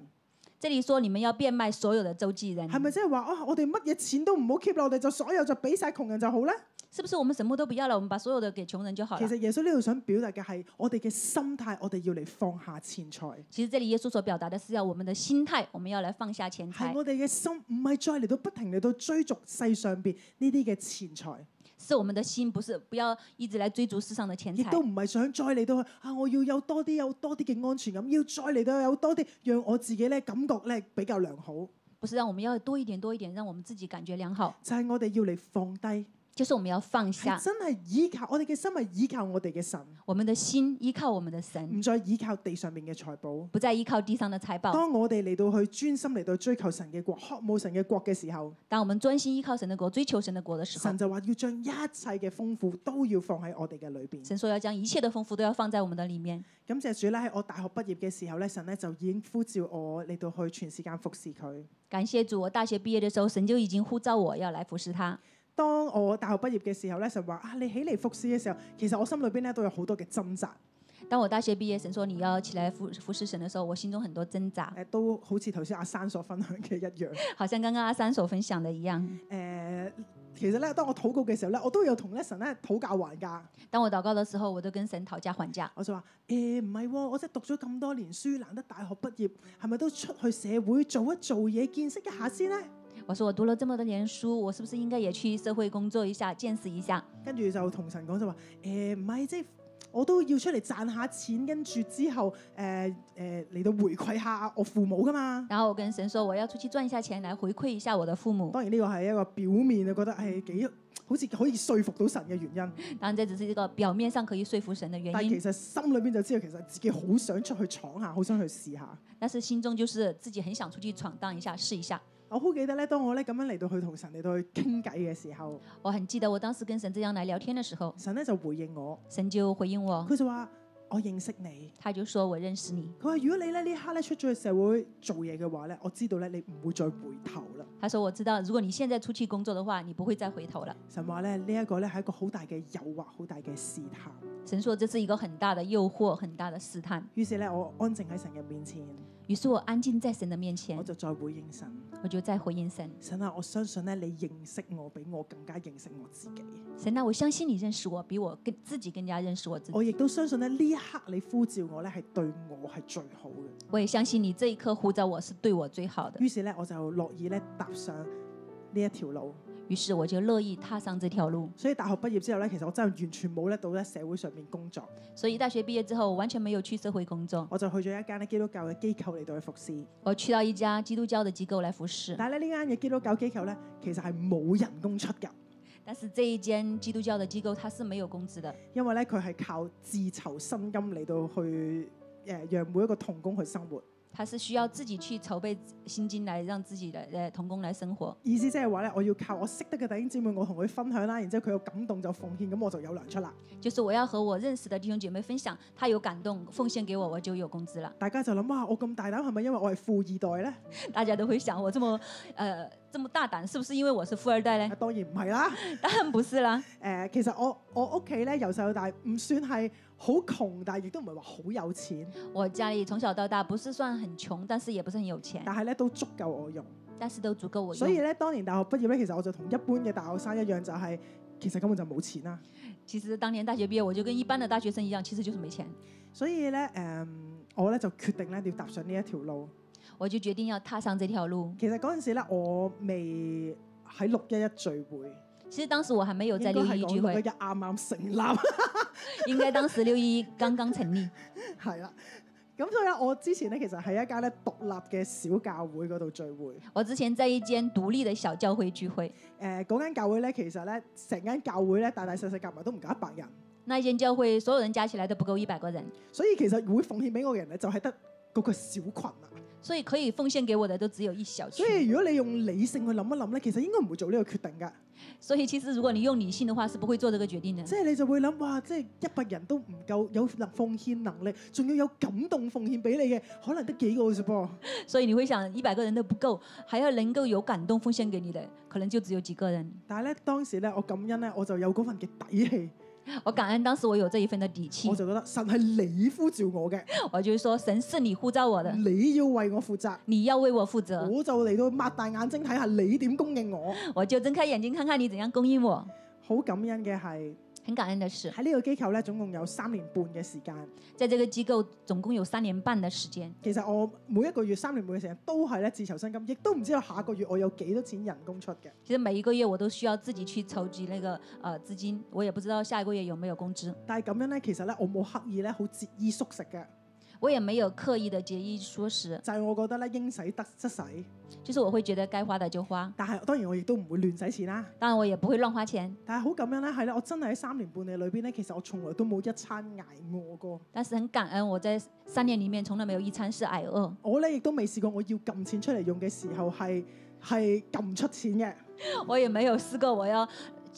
[SPEAKER 2] 这里说你们要变卖所有的周济人，
[SPEAKER 1] 係咪即係話啊？我哋乜嘢錢都唔好 keep 啦，我哋就所有就俾晒窮人就好咧？
[SPEAKER 2] 是不是我们什么都不要了，我们把所有的给穷人就好
[SPEAKER 1] 其
[SPEAKER 2] 了？
[SPEAKER 1] 實耶穌呢度想表達嘅係我哋嘅心態，我哋要嚟放下錢財，
[SPEAKER 2] 其实这里耶稣所表达的是要我们的心态，我们要来放下钱
[SPEAKER 1] 係
[SPEAKER 2] 财，
[SPEAKER 1] 我哋嘅心唔係再嚟到不停嚟到追逐世上邊呢啲嘅錢財，
[SPEAKER 2] 是我们的心，不是不要一直来追逐世上的钱
[SPEAKER 1] 亦
[SPEAKER 2] 财
[SPEAKER 1] 都，唔係想再嚟到去啊！我要有多啲有多啲嘅安全感，要再嚟到有多啲，讓我自己咧感覺咧比較良好，
[SPEAKER 2] 不是让我们要多一点多一点，让我们自己感觉良好，
[SPEAKER 1] 就係、我哋要嚟放低，
[SPEAKER 2] 就是我们要放下
[SPEAKER 1] 係真係依靠我哋嘅心係依靠我哋嘅神。
[SPEAKER 2] 我们的心，依靠我们的神，
[SPEAKER 1] 唔再依靠地上面嘅財寶。
[SPEAKER 2] 不再依靠地上的财宝。
[SPEAKER 1] 當我哋嚟到去專心嚟到追求神嘅國、渴慕神嘅國嘅時候，
[SPEAKER 2] 当我们专心依靠神的国，追求神的国的时候
[SPEAKER 1] 神，就話要將一切嘅豐富都要放喺我哋嘅裏邊。
[SPEAKER 2] 神说要將一切的丰富都要放在我们的里面。
[SPEAKER 1] 感謝主咧，喺我大學畢業嘅時候咧，神咧就已經呼召我嚟到去全時間服侍佢。
[SPEAKER 2] 感谢主，我大学毕业的时候，神就已经呼召我要来服侍他。
[SPEAKER 1] 當我大學畢業嘅時候咧，神話啊，你起嚟服侍嘅時候，其實我心裏邊咧都有好多嘅掙扎，
[SPEAKER 2] 当我大学毕业，神说你要起来服服侍神的时候，我心中很多挣扎
[SPEAKER 1] 誒、，都好似頭先阿珊所分享嘅一樣。誒、
[SPEAKER 2] 好像刚刚阿三所分享的一样。
[SPEAKER 1] 其實咧，當我禱告嘅時候咧，我都有同咧神咧討價還價。
[SPEAKER 2] 当我祷告的时候，我都跟神讨价还价。
[SPEAKER 1] 我就話：誒唔係喎，我真係讀咗咁多年書，難得大學畢業，係咪都出去社會做一做嘢，見識一下先呢？
[SPEAKER 2] 我说我读了这么多年书，我是不是应该也去社会工作一下，见识一下？
[SPEAKER 1] 跟住就同神講就話：誒唔係，即係我都要出嚟賺下錢，跟住之後誒誒嚟到回饋下我父母噶嘛。
[SPEAKER 2] 然后我跟神说我要出去赚一下钱来回馈一下我的父母。
[SPEAKER 1] 當然呢個係一個表面啊，覺得係幾好似可以說服到神嘅原因，
[SPEAKER 2] 当然这只是一个表面上可以说服神的原
[SPEAKER 1] 但係
[SPEAKER 2] 因
[SPEAKER 1] 其，實心裏邊就知道其實自己好想出去闖下，好想去試下。
[SPEAKER 2] 但是心中就是自己很想出去闖荡一下，试一下。
[SPEAKER 1] 我好記得咧，當我咧咁樣嚟到去同神嚟到去傾偈嘅時候，
[SPEAKER 2] 我很记得我当时跟神这样来聊天的时候，
[SPEAKER 1] 神咧就回應我。
[SPEAKER 2] 神就回应我，
[SPEAKER 1] 佢就話：我認識你。
[SPEAKER 2] 他就说我认识你。
[SPEAKER 1] 佢話：如果你咧呢刻咧出咗去社會做嘢嘅話咧，我知道咧你唔會再回頭啦。
[SPEAKER 2] 他说我知道，如果你现在出去工作的话，你不会再回头了。
[SPEAKER 1] 神話咧呢一個咧係一個好大嘅誘惑，好大嘅試探。
[SPEAKER 2] 神说这是一个很大的诱惑，很大的试探。
[SPEAKER 1] 於是咧我安靜喺神嘅面前，
[SPEAKER 2] 于是我安静在神的面前
[SPEAKER 1] 我，就再回應神。
[SPEAKER 2] 我就再回应神：
[SPEAKER 1] 神啊，我相信咧你認識我比我更加認識我自己。
[SPEAKER 2] 神啊，我相信你认识我，比我更自己更加认识我自己。
[SPEAKER 1] 我亦都相信咧呢一刻你呼召我咧係對我係最好嘅。
[SPEAKER 2] 我也相信你这一刻呼召我是对我最好的。
[SPEAKER 1] 於是咧我就樂意咧踏上呢一條路。
[SPEAKER 2] 于是我就樂意踏上這條路。
[SPEAKER 1] 所以大學畢業之後咧，其實我真係完全冇咧到咧社會上面工作，
[SPEAKER 2] 所以大學畢業之後，我完全沒有去社會工作，
[SPEAKER 1] 我就去咗一間咧基督教嘅機構嚟到去服侍。
[SPEAKER 2] 我去到一家基督教的機構來服侍。
[SPEAKER 1] 但係咧呢間嘅基督教機構咧，其實係冇人工出㗎，
[SPEAKER 2] 但是這一間基督教的機構它是沒有工資的，
[SPEAKER 1] 因為咧佢係靠自籌薪金嚟到去誒、呃、讓每一個童工去生活。
[SPEAKER 2] 它是需要自己去籌備薪金來讓自己的呃童工來生活。
[SPEAKER 1] 意思即係話咧，我要靠我識得嘅弟兄姊妹，我同佢分享啦，然之後佢有感動就奉獻，咁我就有糧出啦。
[SPEAKER 2] 就是我要和我認識的弟兄姐妹分享，他有感動奉獻給我，我就有工資了。
[SPEAKER 1] 大家就諗哇，我咁大膽係咪因為我係富二代咧？
[SPEAKER 2] 大家都會想我這麼呃這麼大膽，是不是因為我是富二代
[SPEAKER 1] 啊
[SPEAKER 2] 呢？
[SPEAKER 1] 當然唔係啦。
[SPEAKER 2] 當然不是啦。
[SPEAKER 1] 誒、其實我我屋企咧由細到大唔算係好窮，但係亦都唔係話好有錢，
[SPEAKER 2] 我家裡從小到大不是算很窮，但是也不是很有錢，
[SPEAKER 1] 但係咧都足夠我用。
[SPEAKER 2] 但是都足夠我用。
[SPEAKER 1] 所以咧，當年大學畢業咧，其實我就同一般嘅大學生一樣，就係、其實根本就冇錢啦。
[SPEAKER 2] 其实当年大学毕业，我就跟一般的大學生一樣，其實就是沒錢，
[SPEAKER 1] 所以咧，誒、我咧就決定咧要踏上呢一條路。
[SPEAKER 2] 我就決定要踏上這條路。
[SPEAKER 1] 其實嗰陣時咧，我未喺六一一聚會，
[SPEAKER 2] 其實當時我還沒有在
[SPEAKER 1] 應該係
[SPEAKER 2] 六一一
[SPEAKER 1] 講
[SPEAKER 2] 聚
[SPEAKER 1] 六一
[SPEAKER 2] 會
[SPEAKER 1] 一，啱啱成立，
[SPEAKER 2] 應該當時六一一剛剛成立。
[SPEAKER 1] 係啦。咁所以咧，我之前咧其實喺一間咧獨立嘅小教會嗰度聚會。
[SPEAKER 2] 我之前在一間獨立的小教會聚會，
[SPEAKER 1] 誒嗰間教會咧，其實咧成間教會咧大大細細夾埋都唔夠一百人，
[SPEAKER 2] 那一間教會所有人加起來都不夠一百個人，
[SPEAKER 1] 所以其實會奉獻俾我嘅人咧就係得嗰個小群啦。
[SPEAKER 2] 所以可以奉獻給我的都只有一小
[SPEAKER 1] 所
[SPEAKER 2] 群。
[SPEAKER 1] 以如果你用理性去諗一諗咧，其實應該唔會做呢個決定㗎，
[SPEAKER 2] 所以其實如果你用理性的話，是不會做這個決定的
[SPEAKER 1] 即。係你就會諗哇，即係一百人都唔夠有能奉獻能力，仲要有感動奉獻俾你嘅，可能得幾個啫噃。
[SPEAKER 2] 所以你會想，一百個人都不夠，還要能夠有感動奉獻給你的，可能就只有幾個人。
[SPEAKER 1] 但係咧當時咧，我感恩咧，我就有嗰份嘅底氣，
[SPEAKER 2] 我感恩當時我有這一份的底氣
[SPEAKER 1] 我，就覺得神係你呼召我嘅，
[SPEAKER 2] 我就說神是你呼召我的，
[SPEAKER 1] 你要為我負責，
[SPEAKER 2] 你要為我負責。
[SPEAKER 1] 嗯我就嚟到擘大眼睛睇下你點供應我。
[SPEAKER 2] 我就睜開眼睛看看你怎樣供應我。
[SPEAKER 1] 好感恩嘅係。
[SPEAKER 2] 很感恩的是，
[SPEAKER 1] 喺呢個機構咧，總共有三年半嘅時間。
[SPEAKER 2] 在這個機構總共有三年半的時間，
[SPEAKER 1] 其實我每一個月三年半嘅時間都係咧自籌薪金，亦都唔知道下個月我有幾多錢人工出嘅。
[SPEAKER 2] 其實每一個月我都需要自己去籌集那個呃資金，我也不知道下一個月有沒有工資，
[SPEAKER 1] 但係咁樣咧，其實咧我冇刻意咧好節衣縮食嘅，
[SPEAKER 2] 我也沒有刻意的節衣縮食，
[SPEAKER 1] 就係、我覺得咧應使得則使。
[SPEAKER 2] 就是我會覺得該花的就花，
[SPEAKER 1] 但係當然我亦都唔會亂使錢啦。
[SPEAKER 2] 當然我也不會亂花錢。
[SPEAKER 1] 但係好感恩咧，係咧我真係喺三年半嘅裏邊咧，其實我從來都冇一餐捱餓過。
[SPEAKER 2] 但是很感恩，我在三年裡面從來沒有一餐是挨餓，
[SPEAKER 1] 我咧亦都未試過我要撳錢出嚟用嘅時候係係撳唔出錢嘅，
[SPEAKER 2] 我也沒有試過我要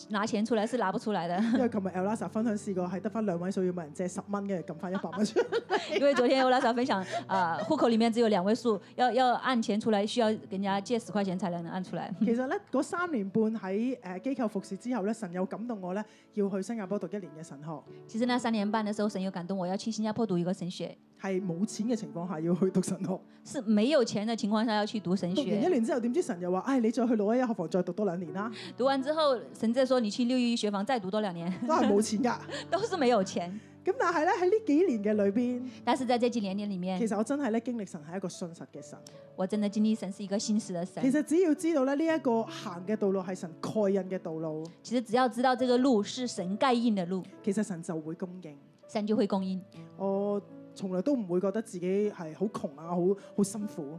[SPEAKER 2] 拿錢出來是拿不出來的，
[SPEAKER 1] 因為琴日 Elsa 分享試過係得翻兩位數要問人借十蚊嘅，撳翻一百蚊出嚟。
[SPEAKER 2] 因為昨天我拉嫂分享啊，呃户口裡面只有兩位數，要要按錢出來，需要跟人家借十塊錢才能按出來。
[SPEAKER 1] 其實咧，嗰三年半喺誒機構服侍之後咧，神有感動我咧，要去新加坡讀一年嘅神學，
[SPEAKER 2] 其實那三年半的時候，神有感動我要去新加坡讀一個神學，
[SPEAKER 1] 係冇錢嘅情況下要去讀神學。
[SPEAKER 2] 是沒有錢的情況下要去讀神
[SPEAKER 1] 讀完一
[SPEAKER 2] 學。
[SPEAKER 1] 年之後，點知神又話：，唉、你再去六一一學房再讀多兩年啦，
[SPEAKER 2] 讀完之後，神再說你去六一一學房再讀多兩年，
[SPEAKER 1] 都係冇錢㗎。
[SPEAKER 2] 都是沒有錢。
[SPEAKER 1] 咁但係咧喺呢幾年嘅裏邊，
[SPEAKER 2] 但是在這幾年年裡
[SPEAKER 1] 其
[SPEAKER 2] 面，
[SPEAKER 1] 實我真係咧經歷神係一個信實嘅神。
[SPEAKER 2] 我真的經歷神是一個信實的神
[SPEAKER 1] 其。實只要知道咧呢一個行嘅道路係神蓋印嘅道路，
[SPEAKER 2] 其實只要知道這個路是神蓋印的路，
[SPEAKER 1] 其實神就會供應。
[SPEAKER 2] 神就會供應。
[SPEAKER 1] 我從來都唔會覺得自己係好窮啊，好好辛苦，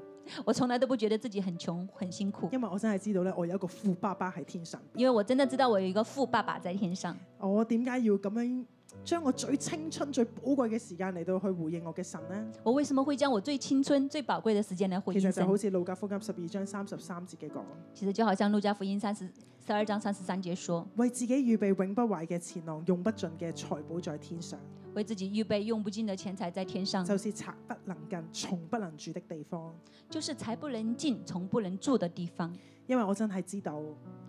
[SPEAKER 2] 我從來都不覺得自己很窮很辛苦，
[SPEAKER 1] 因為我真係知道咧，我有一個富爸爸喺天上。
[SPEAKER 2] 因為我真的知道我有一個富爸爸在天上。
[SPEAKER 1] 我點解要咁樣將我最青春、最寶貴嘅時間嚟到去回應我嘅神呢？
[SPEAKER 2] 我為什麼會將我最青春、最寶貴的時間來回
[SPEAKER 1] 其
[SPEAKER 2] 應
[SPEAKER 1] 實就好
[SPEAKER 2] 神？
[SPEAKER 1] 似路加福音十二章三十三節嘅講，
[SPEAKER 2] 其實就好像路加福音三十十二章三十三節說。
[SPEAKER 1] 為自己預備永不壞嘅錢囊，用不盡嘅財寶在天上。
[SPEAKER 2] 为自己预备用不尽的钱财在天上，
[SPEAKER 1] 就是賊不能近、蟲不能住的地方。
[SPEAKER 2] 就是财不能进，从不能住的地方。
[SPEAKER 1] 因為我真係知道，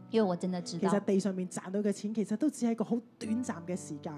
[SPEAKER 2] 因为我真的知
[SPEAKER 1] 其實
[SPEAKER 2] 道，
[SPEAKER 1] 地上面賺到嘅錢，其實都只係一個好短暫嘅時間。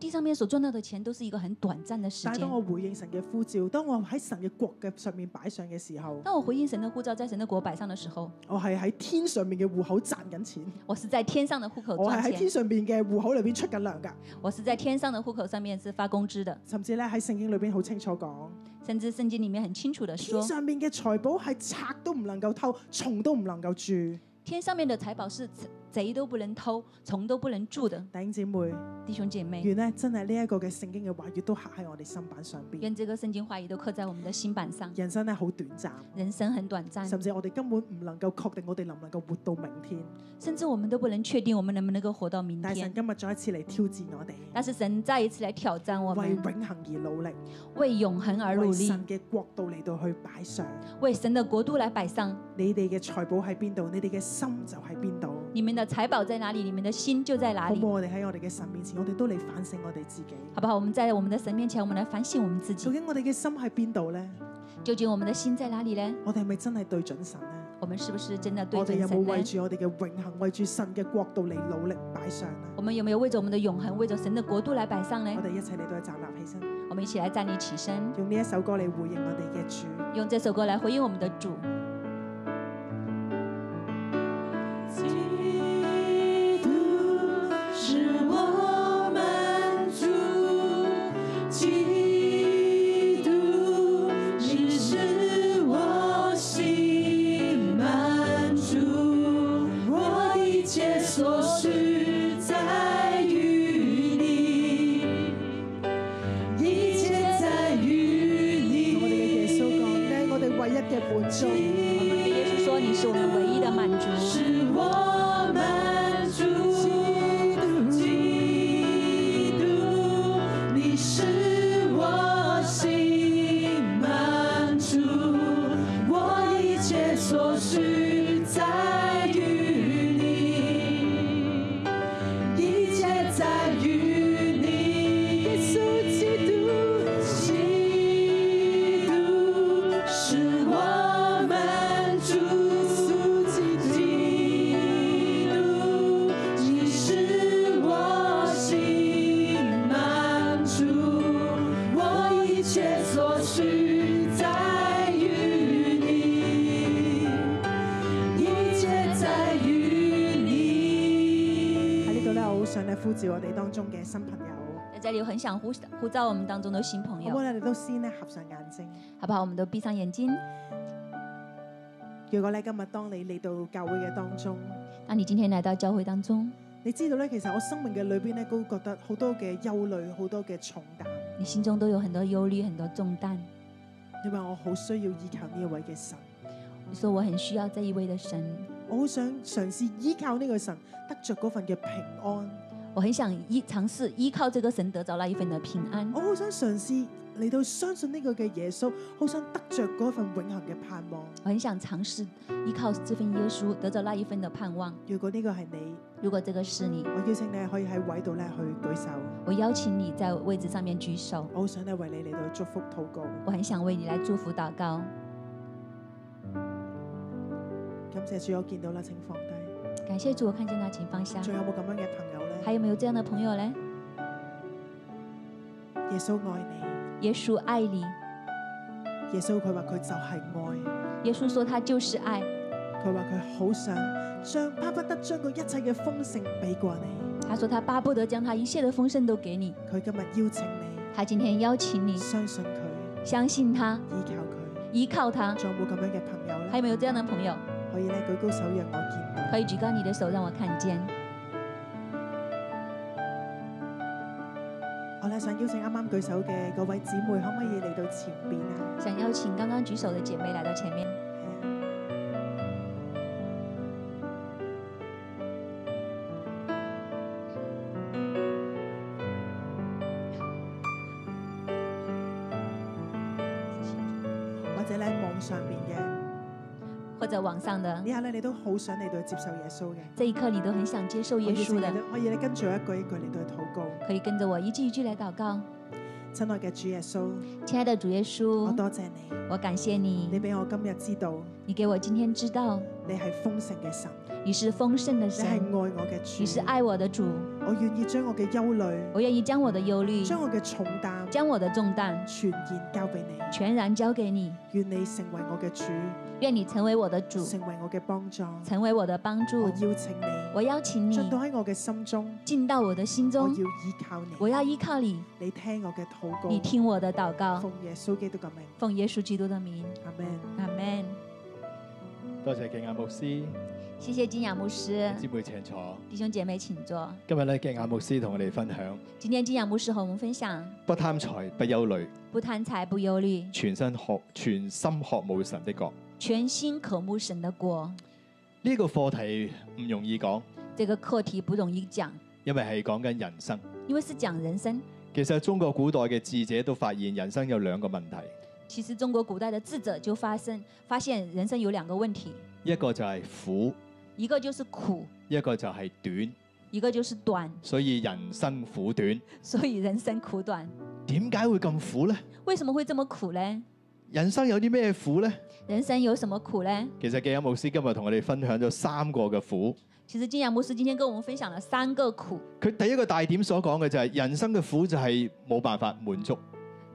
[SPEAKER 2] 地上面所賺到的錢都是一个很短暫的時
[SPEAKER 1] 但係
[SPEAKER 2] 間
[SPEAKER 1] 當。我回應神嘅呼召，當我喺神嘅國嘅上面擺上嘅時候，
[SPEAKER 2] 當我回應神的呼召，在神的國擺上的時候，
[SPEAKER 1] 我係喺天上面嘅户口賺緊錢，
[SPEAKER 2] 我是在天上的户口
[SPEAKER 1] 我係
[SPEAKER 2] 賺
[SPEAKER 1] 喺天
[SPEAKER 2] 錢，
[SPEAKER 1] 上面嘅户口裏邊出緊糧㗎。
[SPEAKER 2] 我是在天上的户口上面是發工資的，
[SPEAKER 1] 甚至咧喺聖經裏邊好清楚講，
[SPEAKER 2] 甚至聖經裡面很清楚的
[SPEAKER 1] 天
[SPEAKER 2] 說，
[SPEAKER 1] 上面嘅財寶係賊都唔能夠偷，蟲都唔能夠住。
[SPEAKER 2] 天上面的財寶是賊都不能偷，蟲都不能住的。
[SPEAKER 1] 弟兄姊妹，
[SPEAKER 2] 弟兄姐妹，
[SPEAKER 1] 願咧真係呢一個嘅聖經嘅話語都刻喺我哋心板上邊。
[SPEAKER 2] 願這個聖經話語都刻在我們的心板上。
[SPEAKER 1] 人生咧好短暫。
[SPEAKER 2] 人生很短暫，
[SPEAKER 1] 甚至我哋根本唔能夠確定我哋能唔能夠活到明天。
[SPEAKER 2] 甚至我們都不能確定我們能不能夠活到明
[SPEAKER 1] 但係神
[SPEAKER 2] 天。
[SPEAKER 1] 今日再一次嚟挑戰我
[SPEAKER 2] 但
[SPEAKER 1] 哋，
[SPEAKER 2] 是神再一次來挑戰我
[SPEAKER 1] 為
[SPEAKER 2] 們，
[SPEAKER 1] 永恒而努力，
[SPEAKER 2] 為永恒而努
[SPEAKER 1] 為
[SPEAKER 2] 力，
[SPEAKER 1] 神嘅國度嚟到去擺上。
[SPEAKER 2] 為神的國度來擺上。
[SPEAKER 1] 你哋嘅財寶喺邊度，你哋嘅心就喺邊度。
[SPEAKER 2] 你們的財寶在哪裡，你們的心就在哪
[SPEAKER 1] 好唔
[SPEAKER 2] 裡
[SPEAKER 1] 好？。我哋喺我哋嘅神面前，我哋都嚟反省我哋自己。
[SPEAKER 2] 好不好？我们在我们的神面前，我们来反省我们自
[SPEAKER 1] 究
[SPEAKER 2] 己，
[SPEAKER 1] 竟我哋嘅心喺邊度呢？
[SPEAKER 2] 究竟我们的心在哪里呢？
[SPEAKER 1] 我哋係咪真係對準神呢？
[SPEAKER 2] 我们是不是真的对
[SPEAKER 1] 我哋有冇
[SPEAKER 2] 准神呢
[SPEAKER 1] 為？住我哋嘅永恒，為住神嘅國度嚟努力擺上呢？
[SPEAKER 2] 我们有没有为着我们的永恒，为着神的国度来摆上
[SPEAKER 1] 我
[SPEAKER 2] 呢？
[SPEAKER 1] 哋一齊嚟到去站立起身，
[SPEAKER 2] 我们一起来站立起身，
[SPEAKER 1] 用呢一首歌嚟回應我哋嘅主。
[SPEAKER 2] 用这首歌来回应我们的主。
[SPEAKER 4] 基督是我们主，基督你是我心满足，我一切所需在于你，一切在于
[SPEAKER 1] 同我哋嘅耶穌講，
[SPEAKER 4] 你。
[SPEAKER 1] 你係我哋唯一嘅滿足。
[SPEAKER 2] 我们的耶稣说：“你是我们唯一的满足。
[SPEAKER 4] 是我们主基督，你是我心满足，我一切所需在于你。”一切在于你，耶稣基督，基督是我们主，基督你是我心满足，我一切所需在于你，一切在于你。
[SPEAKER 1] 喺呢度咧，我好想咧呼召我哋當中嘅新朋友，”
[SPEAKER 2] 在这里，我很想呼呼召我们当中的新朋
[SPEAKER 1] 好唔好咧？
[SPEAKER 2] 友，
[SPEAKER 1] 你都先咧合上眼睛。
[SPEAKER 2] 好不好？我们都闭上眼睛。
[SPEAKER 1] 如果咧今日當你嚟到教會嘅當中，
[SPEAKER 2] 当你今天来到教会当中，
[SPEAKER 1] 你知道咧，其實我生命嘅裏邊咧都覺得好多嘅憂慮，好多嘅重擔。
[SPEAKER 2] 你心中都有很多忧虑、很多重担。
[SPEAKER 1] 你話我好需要依靠呢一位嘅神，
[SPEAKER 2] 你说我很需要这一位的神，
[SPEAKER 1] 我好想嘗試依靠呢個神，得着嗰份嘅平安。
[SPEAKER 2] 我很想依尝试依靠这个神得着那一份的平安。
[SPEAKER 1] 我好想嘗試嚟到相信呢個嘅耶穌，好想得着嗰份永恆嘅盼望。
[SPEAKER 2] 我很想尝试依靠这份耶稣得着那一份的盼望。
[SPEAKER 1] 如果呢個係你，
[SPEAKER 2] 如果这个是你，
[SPEAKER 1] 我邀請你可以喺位度咧去舉手。
[SPEAKER 2] 我邀請你在位置上面举手，
[SPEAKER 1] 我好想咧為你嚟到祝福禱告。
[SPEAKER 2] 我很想为你来祝福祷告。
[SPEAKER 1] 感謝主，我見到啦，請放低。
[SPEAKER 2] 感谢主，我看见他，请放下。
[SPEAKER 1] 仲有冇咁樣嘅朋友呢？
[SPEAKER 2] 还有没有这样的朋友呢？
[SPEAKER 1] 耶穌愛
[SPEAKER 2] 耶稣爱你，
[SPEAKER 1] 你，耶穌佢話佢就係愛，
[SPEAKER 2] 耶穌说他就是愛，
[SPEAKER 1] 佢話佢好想將巴不得將佢一切嘅豐盛俾過你，
[SPEAKER 2] 他说他巴不得将他一切的丰盛都给你。
[SPEAKER 1] 佢今日邀請你，
[SPEAKER 2] 他今天邀請你
[SPEAKER 1] 相信佢，
[SPEAKER 2] 相信他，
[SPEAKER 1] 依靠佢。
[SPEAKER 2] 依靠他。
[SPEAKER 1] 仲有冇咁樣嘅朋友
[SPEAKER 2] 还
[SPEAKER 1] 呢？
[SPEAKER 2] 有没有这样的朋友？
[SPEAKER 1] 可以咧舉高手讓我見到。
[SPEAKER 2] 可以举高你的手让我看见。
[SPEAKER 1] 我咧想邀請啱啱舉手嘅嗰位姊妹，可唔可以嚟到前邊啊？
[SPEAKER 2] 想邀請刚刚举手的姐妹来到前面。
[SPEAKER 1] 係啊或者咧網上面嘅，
[SPEAKER 2] 或者网上的
[SPEAKER 1] 呢下咧你都好想嚟到接受耶穌嘅。
[SPEAKER 2] 这一刻，你都很想接受
[SPEAKER 1] 我
[SPEAKER 2] 耶
[SPEAKER 1] 邀請
[SPEAKER 2] 穌
[SPEAKER 1] 你
[SPEAKER 2] 的，
[SPEAKER 1] 都可以咧跟住我一句一句嚟到去禱告。
[SPEAKER 2] 可以跟着我一句一句来祷告。
[SPEAKER 1] 親愛嘅主耶穌，
[SPEAKER 2] 亲爱的主耶
[SPEAKER 1] 我
[SPEAKER 2] 稣，
[SPEAKER 1] 多謝你，
[SPEAKER 2] 我感谢
[SPEAKER 1] 你
[SPEAKER 2] 你，
[SPEAKER 1] 俾我今日知道
[SPEAKER 2] 你给我今天知道
[SPEAKER 1] 你係豐盛嘅神，
[SPEAKER 2] 你是丰盛的
[SPEAKER 1] 你係愛
[SPEAKER 2] 神，
[SPEAKER 1] 我嘅
[SPEAKER 2] 你是
[SPEAKER 1] 主。
[SPEAKER 2] 爱我的主。
[SPEAKER 1] 我願意將我嘅憂慮、
[SPEAKER 2] 我愿意將我的忧虑、
[SPEAKER 1] 將我嘅重擔
[SPEAKER 2] 將我的重擔
[SPEAKER 1] 全然交俾你。
[SPEAKER 2] 全然交给你，
[SPEAKER 1] 願你成為我嘅主，
[SPEAKER 2] 愿你成为我的主，
[SPEAKER 1] 成為我嘅幫助。
[SPEAKER 2] 成为我的帮
[SPEAKER 1] 我
[SPEAKER 2] 助。
[SPEAKER 1] 邀請你
[SPEAKER 2] 我邀請你
[SPEAKER 1] 進到喺我嘅心中，
[SPEAKER 2] 进到我的心
[SPEAKER 1] 我要
[SPEAKER 2] 中，
[SPEAKER 1] 依靠你。
[SPEAKER 2] 我要依靠你，
[SPEAKER 1] 你聽我嘅禱告，
[SPEAKER 2] 你聽我的禱告，
[SPEAKER 1] 奉耶穌基督嘅名，
[SPEAKER 2] 奉耶穌基督的名，
[SPEAKER 1] 阿門。
[SPEAKER 2] 阿门。
[SPEAKER 5] 多謝敬雅牧師，
[SPEAKER 2] 谢谢金雅牧师，
[SPEAKER 5] 姊妹請坐。
[SPEAKER 2] 弟兄姐妹請坐。
[SPEAKER 5] 今日咧，敬雅牧師同我哋分享：
[SPEAKER 2] 今天金雅牧师和我们分享：
[SPEAKER 5] 不貪財，不憂慮，
[SPEAKER 2] 不贪财，不忧虑，
[SPEAKER 5] 全身學全心學慕神的國。
[SPEAKER 2] 全心渴慕神的国。
[SPEAKER 5] 呢、個課題唔容易講，
[SPEAKER 2] 这个课题不容易讲，
[SPEAKER 5] 因為係講緊人生。
[SPEAKER 2] 因为是讲人生。
[SPEAKER 5] 其實中國古代嘅智者都發現人生有兩個問題，
[SPEAKER 2] 其实中国古代的智者就发生发现人生有两个问题，
[SPEAKER 5] 一個就係苦，
[SPEAKER 2] 一个就是苦，
[SPEAKER 5] 一個就係短。
[SPEAKER 2] 一个就是短，
[SPEAKER 5] 所以人生苦短，
[SPEAKER 2] 所以人生苦短。
[SPEAKER 5] 點解會咁苦呢？
[SPEAKER 2] 为什么会这么苦嘞？
[SPEAKER 5] 人生有啲咩苦呢？
[SPEAKER 2] 人生有什么苦嘞？
[SPEAKER 5] 其實敬雅牧師今日同我哋分享咗三個嘅苦。
[SPEAKER 2] 其实金雅牧师今天跟我们分享了三个苦，
[SPEAKER 5] 佢第一個大點所講嘅就係、人生嘅苦就係冇辦法滿足，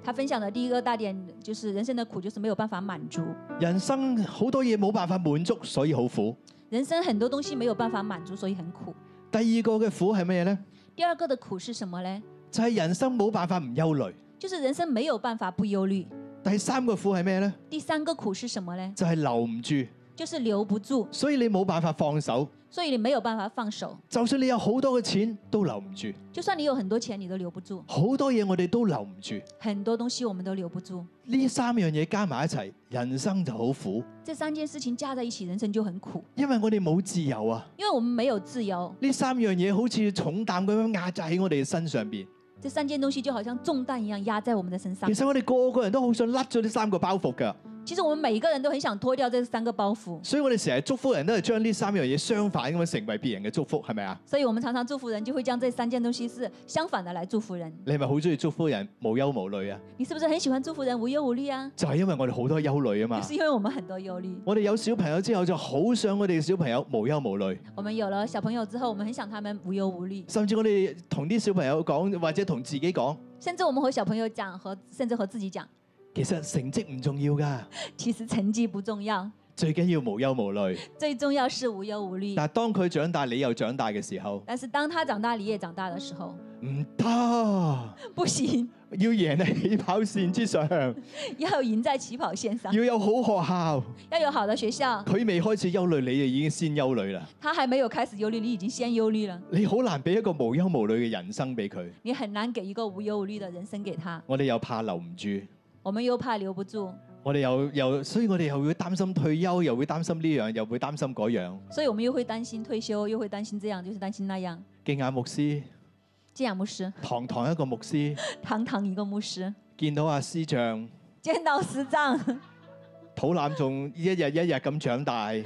[SPEAKER 2] 他分享的第一个大点就是人生的苦就是没有办法满足，
[SPEAKER 5] 人生好多嘢冇辦法滿足，所以好苦。
[SPEAKER 2] 人生很多东西没有办法满足，所以很苦。
[SPEAKER 5] 第二個嘅苦係咩呢？
[SPEAKER 2] 第二个的苦是什么嘞？
[SPEAKER 5] 就係、人生冇辦法唔憂慮。
[SPEAKER 2] 就是人生没有办法不忧虑。
[SPEAKER 5] 第三個苦係咩呢？
[SPEAKER 2] 第三个苦是什么嘞？
[SPEAKER 5] 就係、留唔住，
[SPEAKER 2] 就是留不住，
[SPEAKER 5] 所以你冇辦法放手。
[SPEAKER 2] 所以你没有办法放手。
[SPEAKER 5] 就算你有好多嘅錢都留唔住，
[SPEAKER 2] 就算你有很多钱，你都留不住，
[SPEAKER 5] 好多嘢我哋都留唔住。
[SPEAKER 2] 很多东西我们都留不住。
[SPEAKER 5] 呢三樣嘢加埋一齊，人生就好苦，
[SPEAKER 2] 这三件事情加在一起，人生就很苦，
[SPEAKER 5] 因為我哋冇自由啊。
[SPEAKER 2] 因为我们没有自由。
[SPEAKER 5] 呢三樣嘢好似重擔咁樣壓在喺我哋身上邊。
[SPEAKER 2] 这三件东西就好像重担一样压在我们的身上
[SPEAKER 5] 其。實我哋個個人都好想甩咗呢三個包袱㗎，
[SPEAKER 2] 其实我们每一个人都很想脱掉这三个包袱，
[SPEAKER 5] 所以我哋成日祝福人都係將呢三樣嘢相反咁樣成為別人嘅祝福，係咪啊？
[SPEAKER 2] 所以我们常常祝福人就会将这三件东西是相反的来祝福人。
[SPEAKER 5] 你係咪好中意祝福人無憂無慮啊？
[SPEAKER 2] 你是不是很喜歡祝福人無憂無慮啊？
[SPEAKER 5] 就係、因為我哋好多憂慮啊嘛
[SPEAKER 2] 就。是因為我们很多憂慮，
[SPEAKER 5] 我哋有小朋友之後，就好想我哋嘅小朋友無憂無慮，
[SPEAKER 2] 我们有了小朋友之后，我们很想他们無憂無慮，
[SPEAKER 5] 甚至我哋同啲小朋友講，或者同自己講，
[SPEAKER 2] 甚至我们和小朋友讲，和甚至和自己讲，
[SPEAKER 5] 其實成績唔重要㗎，
[SPEAKER 2] 其實成績不重要，
[SPEAKER 5] 最緊要無憂無慮。
[SPEAKER 2] 最重要是無憂無慮。
[SPEAKER 5] 但係當佢長大，你又長大嘅時候，
[SPEAKER 2] 但是當他長大，你也長大的時候，
[SPEAKER 5] 唔得，
[SPEAKER 2] 不行，
[SPEAKER 5] 要贏喺起跑線之上，
[SPEAKER 2] 要贏在起跑線上，
[SPEAKER 5] 要有好學校。
[SPEAKER 2] 要有好的學校。
[SPEAKER 5] 佢未開始憂慮，你就已經先憂慮啦。
[SPEAKER 2] 他還沒有開始憂慮，你已經先憂慮了，
[SPEAKER 5] 你好難俾一個無憂無慮嘅人生俾佢。
[SPEAKER 2] 你很難給一個無憂無慮的人生給他。
[SPEAKER 5] 我哋又怕留唔住，
[SPEAKER 2] 我們又怕留不住，
[SPEAKER 5] 我哋又又，所以我哋又會擔心退休，又會擔心呢樣，又會擔心嗰樣。
[SPEAKER 2] 所以我們又會擔心退休，又會擔心這樣，就是擔心那樣。
[SPEAKER 5] 敬雅牧師，
[SPEAKER 2] 這樣牧師，
[SPEAKER 5] 堂堂一個牧師，
[SPEAKER 2] 堂堂一個牧師。
[SPEAKER 5] 見到阿師像
[SPEAKER 2] 见到师丈，
[SPEAKER 5] 肚腩仲一日一日咁長大，係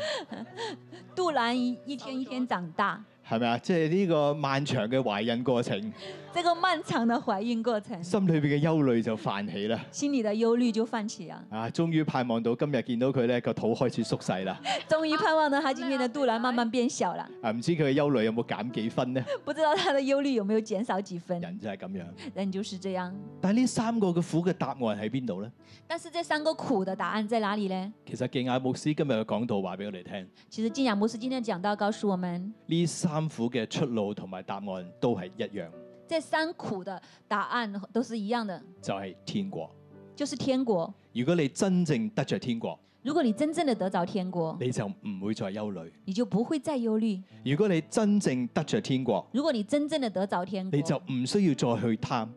[SPEAKER 2] 杜兰一一天一天长大，
[SPEAKER 5] 咪啊？即係呢個漫長嘅懷孕過程，
[SPEAKER 2] 这个漫长的怀孕过程，
[SPEAKER 5] 心裏邊嘅憂慮就泛起啦。
[SPEAKER 2] 心里的忧虑就泛起啊！
[SPEAKER 5] 啊，終於盼望到今日見到佢咧個肚開始縮細啦。
[SPEAKER 2] 终于盼望呢，他今天的杜兰慢慢變小了，
[SPEAKER 5] 啊，唔知佢嘅憂慮有冇減幾分呢？
[SPEAKER 2] 不知道他的忧虑有没有减少几分？
[SPEAKER 5] 人就係咁樣。
[SPEAKER 2] 人就是這樣。
[SPEAKER 5] 但係呢三個嘅苦嘅答案喺邊度呢？
[SPEAKER 2] 但是这三个苦的答案在哪里呢？
[SPEAKER 5] 其實敬雅牧師今日嘅講道話俾我哋聽，
[SPEAKER 2] 其實金雅牧师今天講到告訴我們，
[SPEAKER 5] 呢三苦嘅出路同埋答案都係一樣，
[SPEAKER 2] 这三苦的答案都是一樣的，
[SPEAKER 5] 就係、天國。
[SPEAKER 2] 就是天國。
[SPEAKER 5] 如果你真正得着天國，
[SPEAKER 2] 如果你真正的得着天國，
[SPEAKER 5] 你就唔會再憂慮；
[SPEAKER 2] 你就不會再忧虑；
[SPEAKER 5] 如果你真正得着天國，
[SPEAKER 2] 如果你真正的得着天
[SPEAKER 5] 你就
[SPEAKER 2] 國，
[SPEAKER 5] 唔需要再去貪，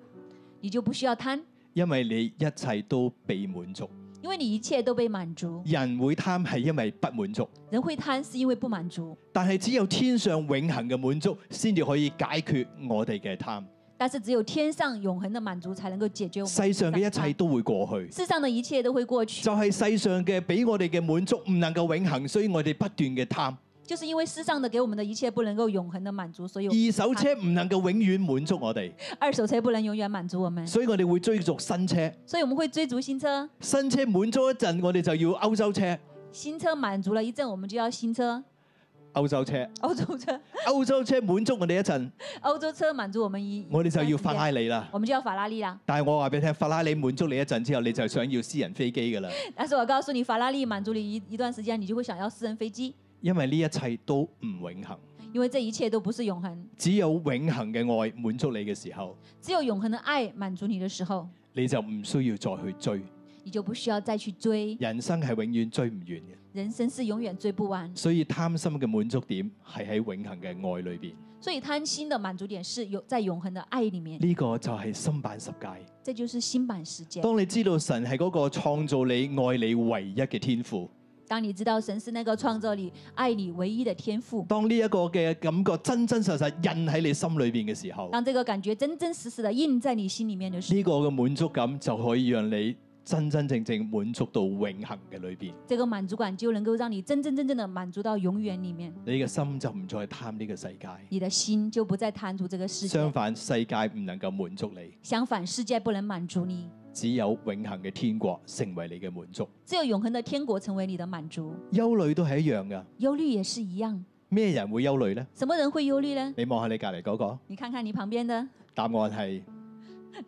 [SPEAKER 2] 你就不需要貪。
[SPEAKER 5] 因為你一切都被滿足。
[SPEAKER 2] 因为你一切都被满足。
[SPEAKER 5] 人會貪係因為不滿足，
[SPEAKER 2] 人会贪是因为不满足，
[SPEAKER 5] 但係只有天上永恆嘅滿足，先至可以解決我哋嘅貪。
[SPEAKER 2] 但是只有天上永恒的满足才能够解决我们
[SPEAKER 5] 世上嘅一切
[SPEAKER 2] 的
[SPEAKER 5] 都會過去
[SPEAKER 2] 贪。。世上的一切都会过去
[SPEAKER 5] 就，係世上嘅俾我哋嘅滿足唔能夠永恆，所以我哋不斷嘅貪。
[SPEAKER 2] 就是因为世上的给我们的一切不能够永恒的满足，所以我
[SPEAKER 5] 二手車唔能夠永遠滿足我哋，
[SPEAKER 2] 二手车不能永远满足我们，
[SPEAKER 5] 所以我哋會追逐新車。
[SPEAKER 2] 所以我们会追逐新车。
[SPEAKER 5] 新車滿足一陣，我哋就要歐洲車、
[SPEAKER 2] 新车满足了一阵，我们就要新车。
[SPEAKER 5] 歐洲車、
[SPEAKER 2] 欧洲车，
[SPEAKER 5] 歐洲車滿足我哋一陣，
[SPEAKER 2] 欧洲车满足我们一，
[SPEAKER 5] 我哋就要法拉
[SPEAKER 2] 利，
[SPEAKER 5] 利啦。
[SPEAKER 2] 我们就要法拉利啦。
[SPEAKER 5] 但係我話俾你聽，法拉利滿足你一陣之後，你就想要私人飛機㗎啦，
[SPEAKER 2] 但是我告诉你，法拉利满足你一一段时间，你就会想要私人飞机，
[SPEAKER 5] 因為呢一切都唔永恆，
[SPEAKER 2] 因为这一切都不是永恒，
[SPEAKER 5] 只有永恆嘅愛滿足你嘅時候，
[SPEAKER 2] 只有永恒的爱满足你的时候，
[SPEAKER 5] 你就唔需要再去追。
[SPEAKER 2] 你就不需要再去追。
[SPEAKER 5] 人生係永遠追唔完嘅。
[SPEAKER 2] 人生是永远追不完，
[SPEAKER 5] 所以貪心嘅滿足點係喺永恆嘅愛裏邊，
[SPEAKER 2] 所以贪心的满足点是有在永恒的爱里面，
[SPEAKER 5] 呢、個就係心版十戒。
[SPEAKER 2] 这就是新版世界。
[SPEAKER 5] 當你知道神係嗰個創造你、愛你唯一嘅天父，
[SPEAKER 2] 当你知道神是那个创造你、爱你唯一的天赋，
[SPEAKER 5] 當呢一個嘅感覺真真實實印喺你心裏邊嘅時候，呢、
[SPEAKER 2] 当这个感觉真真实实的印在你心里面的时候，
[SPEAKER 5] 個嘅滿足感就可以讓你真真正正滿足到永恆嘅裏邊，
[SPEAKER 2] 这个满足感就能够让你真真正正的满足到永远里面，
[SPEAKER 5] 你嘅心就唔再貪呢個世界。
[SPEAKER 2] 你的心就不再贪图这个世
[SPEAKER 5] 相
[SPEAKER 2] 界。
[SPEAKER 5] 反，世界唔能夠滿足你，
[SPEAKER 2] 相反，世界不能满足你，
[SPEAKER 5] 只有永恆嘅天國成為你嘅滿足。
[SPEAKER 2] 只有永恒的天国成为你的满足。
[SPEAKER 5] 憂慮都係一樣㗎，
[SPEAKER 2] 忧虑也是一样，
[SPEAKER 5] 咩人會憂慮呢？
[SPEAKER 2] 什么人会忧虑呢？
[SPEAKER 5] 你望下你隔離嗰個。
[SPEAKER 2] 你看看你旁边的，
[SPEAKER 5] 答案係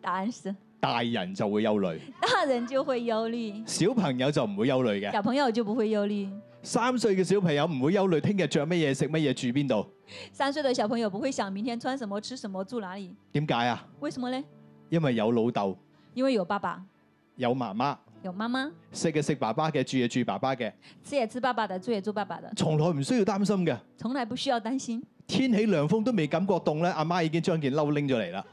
[SPEAKER 2] 答案是
[SPEAKER 5] 大人就會憂慮，
[SPEAKER 2] 大人就会忧虑，
[SPEAKER 5] 小朋友就唔會憂慮嘅。
[SPEAKER 2] 小朋友就不會忧虑。
[SPEAKER 5] 三歲嘅小朋友唔會憂慮聽日着乜嘢、食乜嘢、住邊度。
[SPEAKER 2] 三岁的小朋友不会想明天穿什么、吃什么、住哪里，
[SPEAKER 5] 點解啊？
[SPEAKER 2] 为什么呢？
[SPEAKER 5] 因為有老豆、
[SPEAKER 2] 因为有爸爸，
[SPEAKER 5] 有媽媽，
[SPEAKER 2] 有妈妈，
[SPEAKER 5] 食嘅食爸爸嘅，住嘅住爸爸嘅，
[SPEAKER 2] 吃也吃爸爸的，住也住爸爸的，
[SPEAKER 5] 從來唔需要擔心嘅。
[SPEAKER 2] 从来不需要担心。
[SPEAKER 5] 天起涼風都未感覺凍咧，阿媽已經將件褸拎咗嚟啦。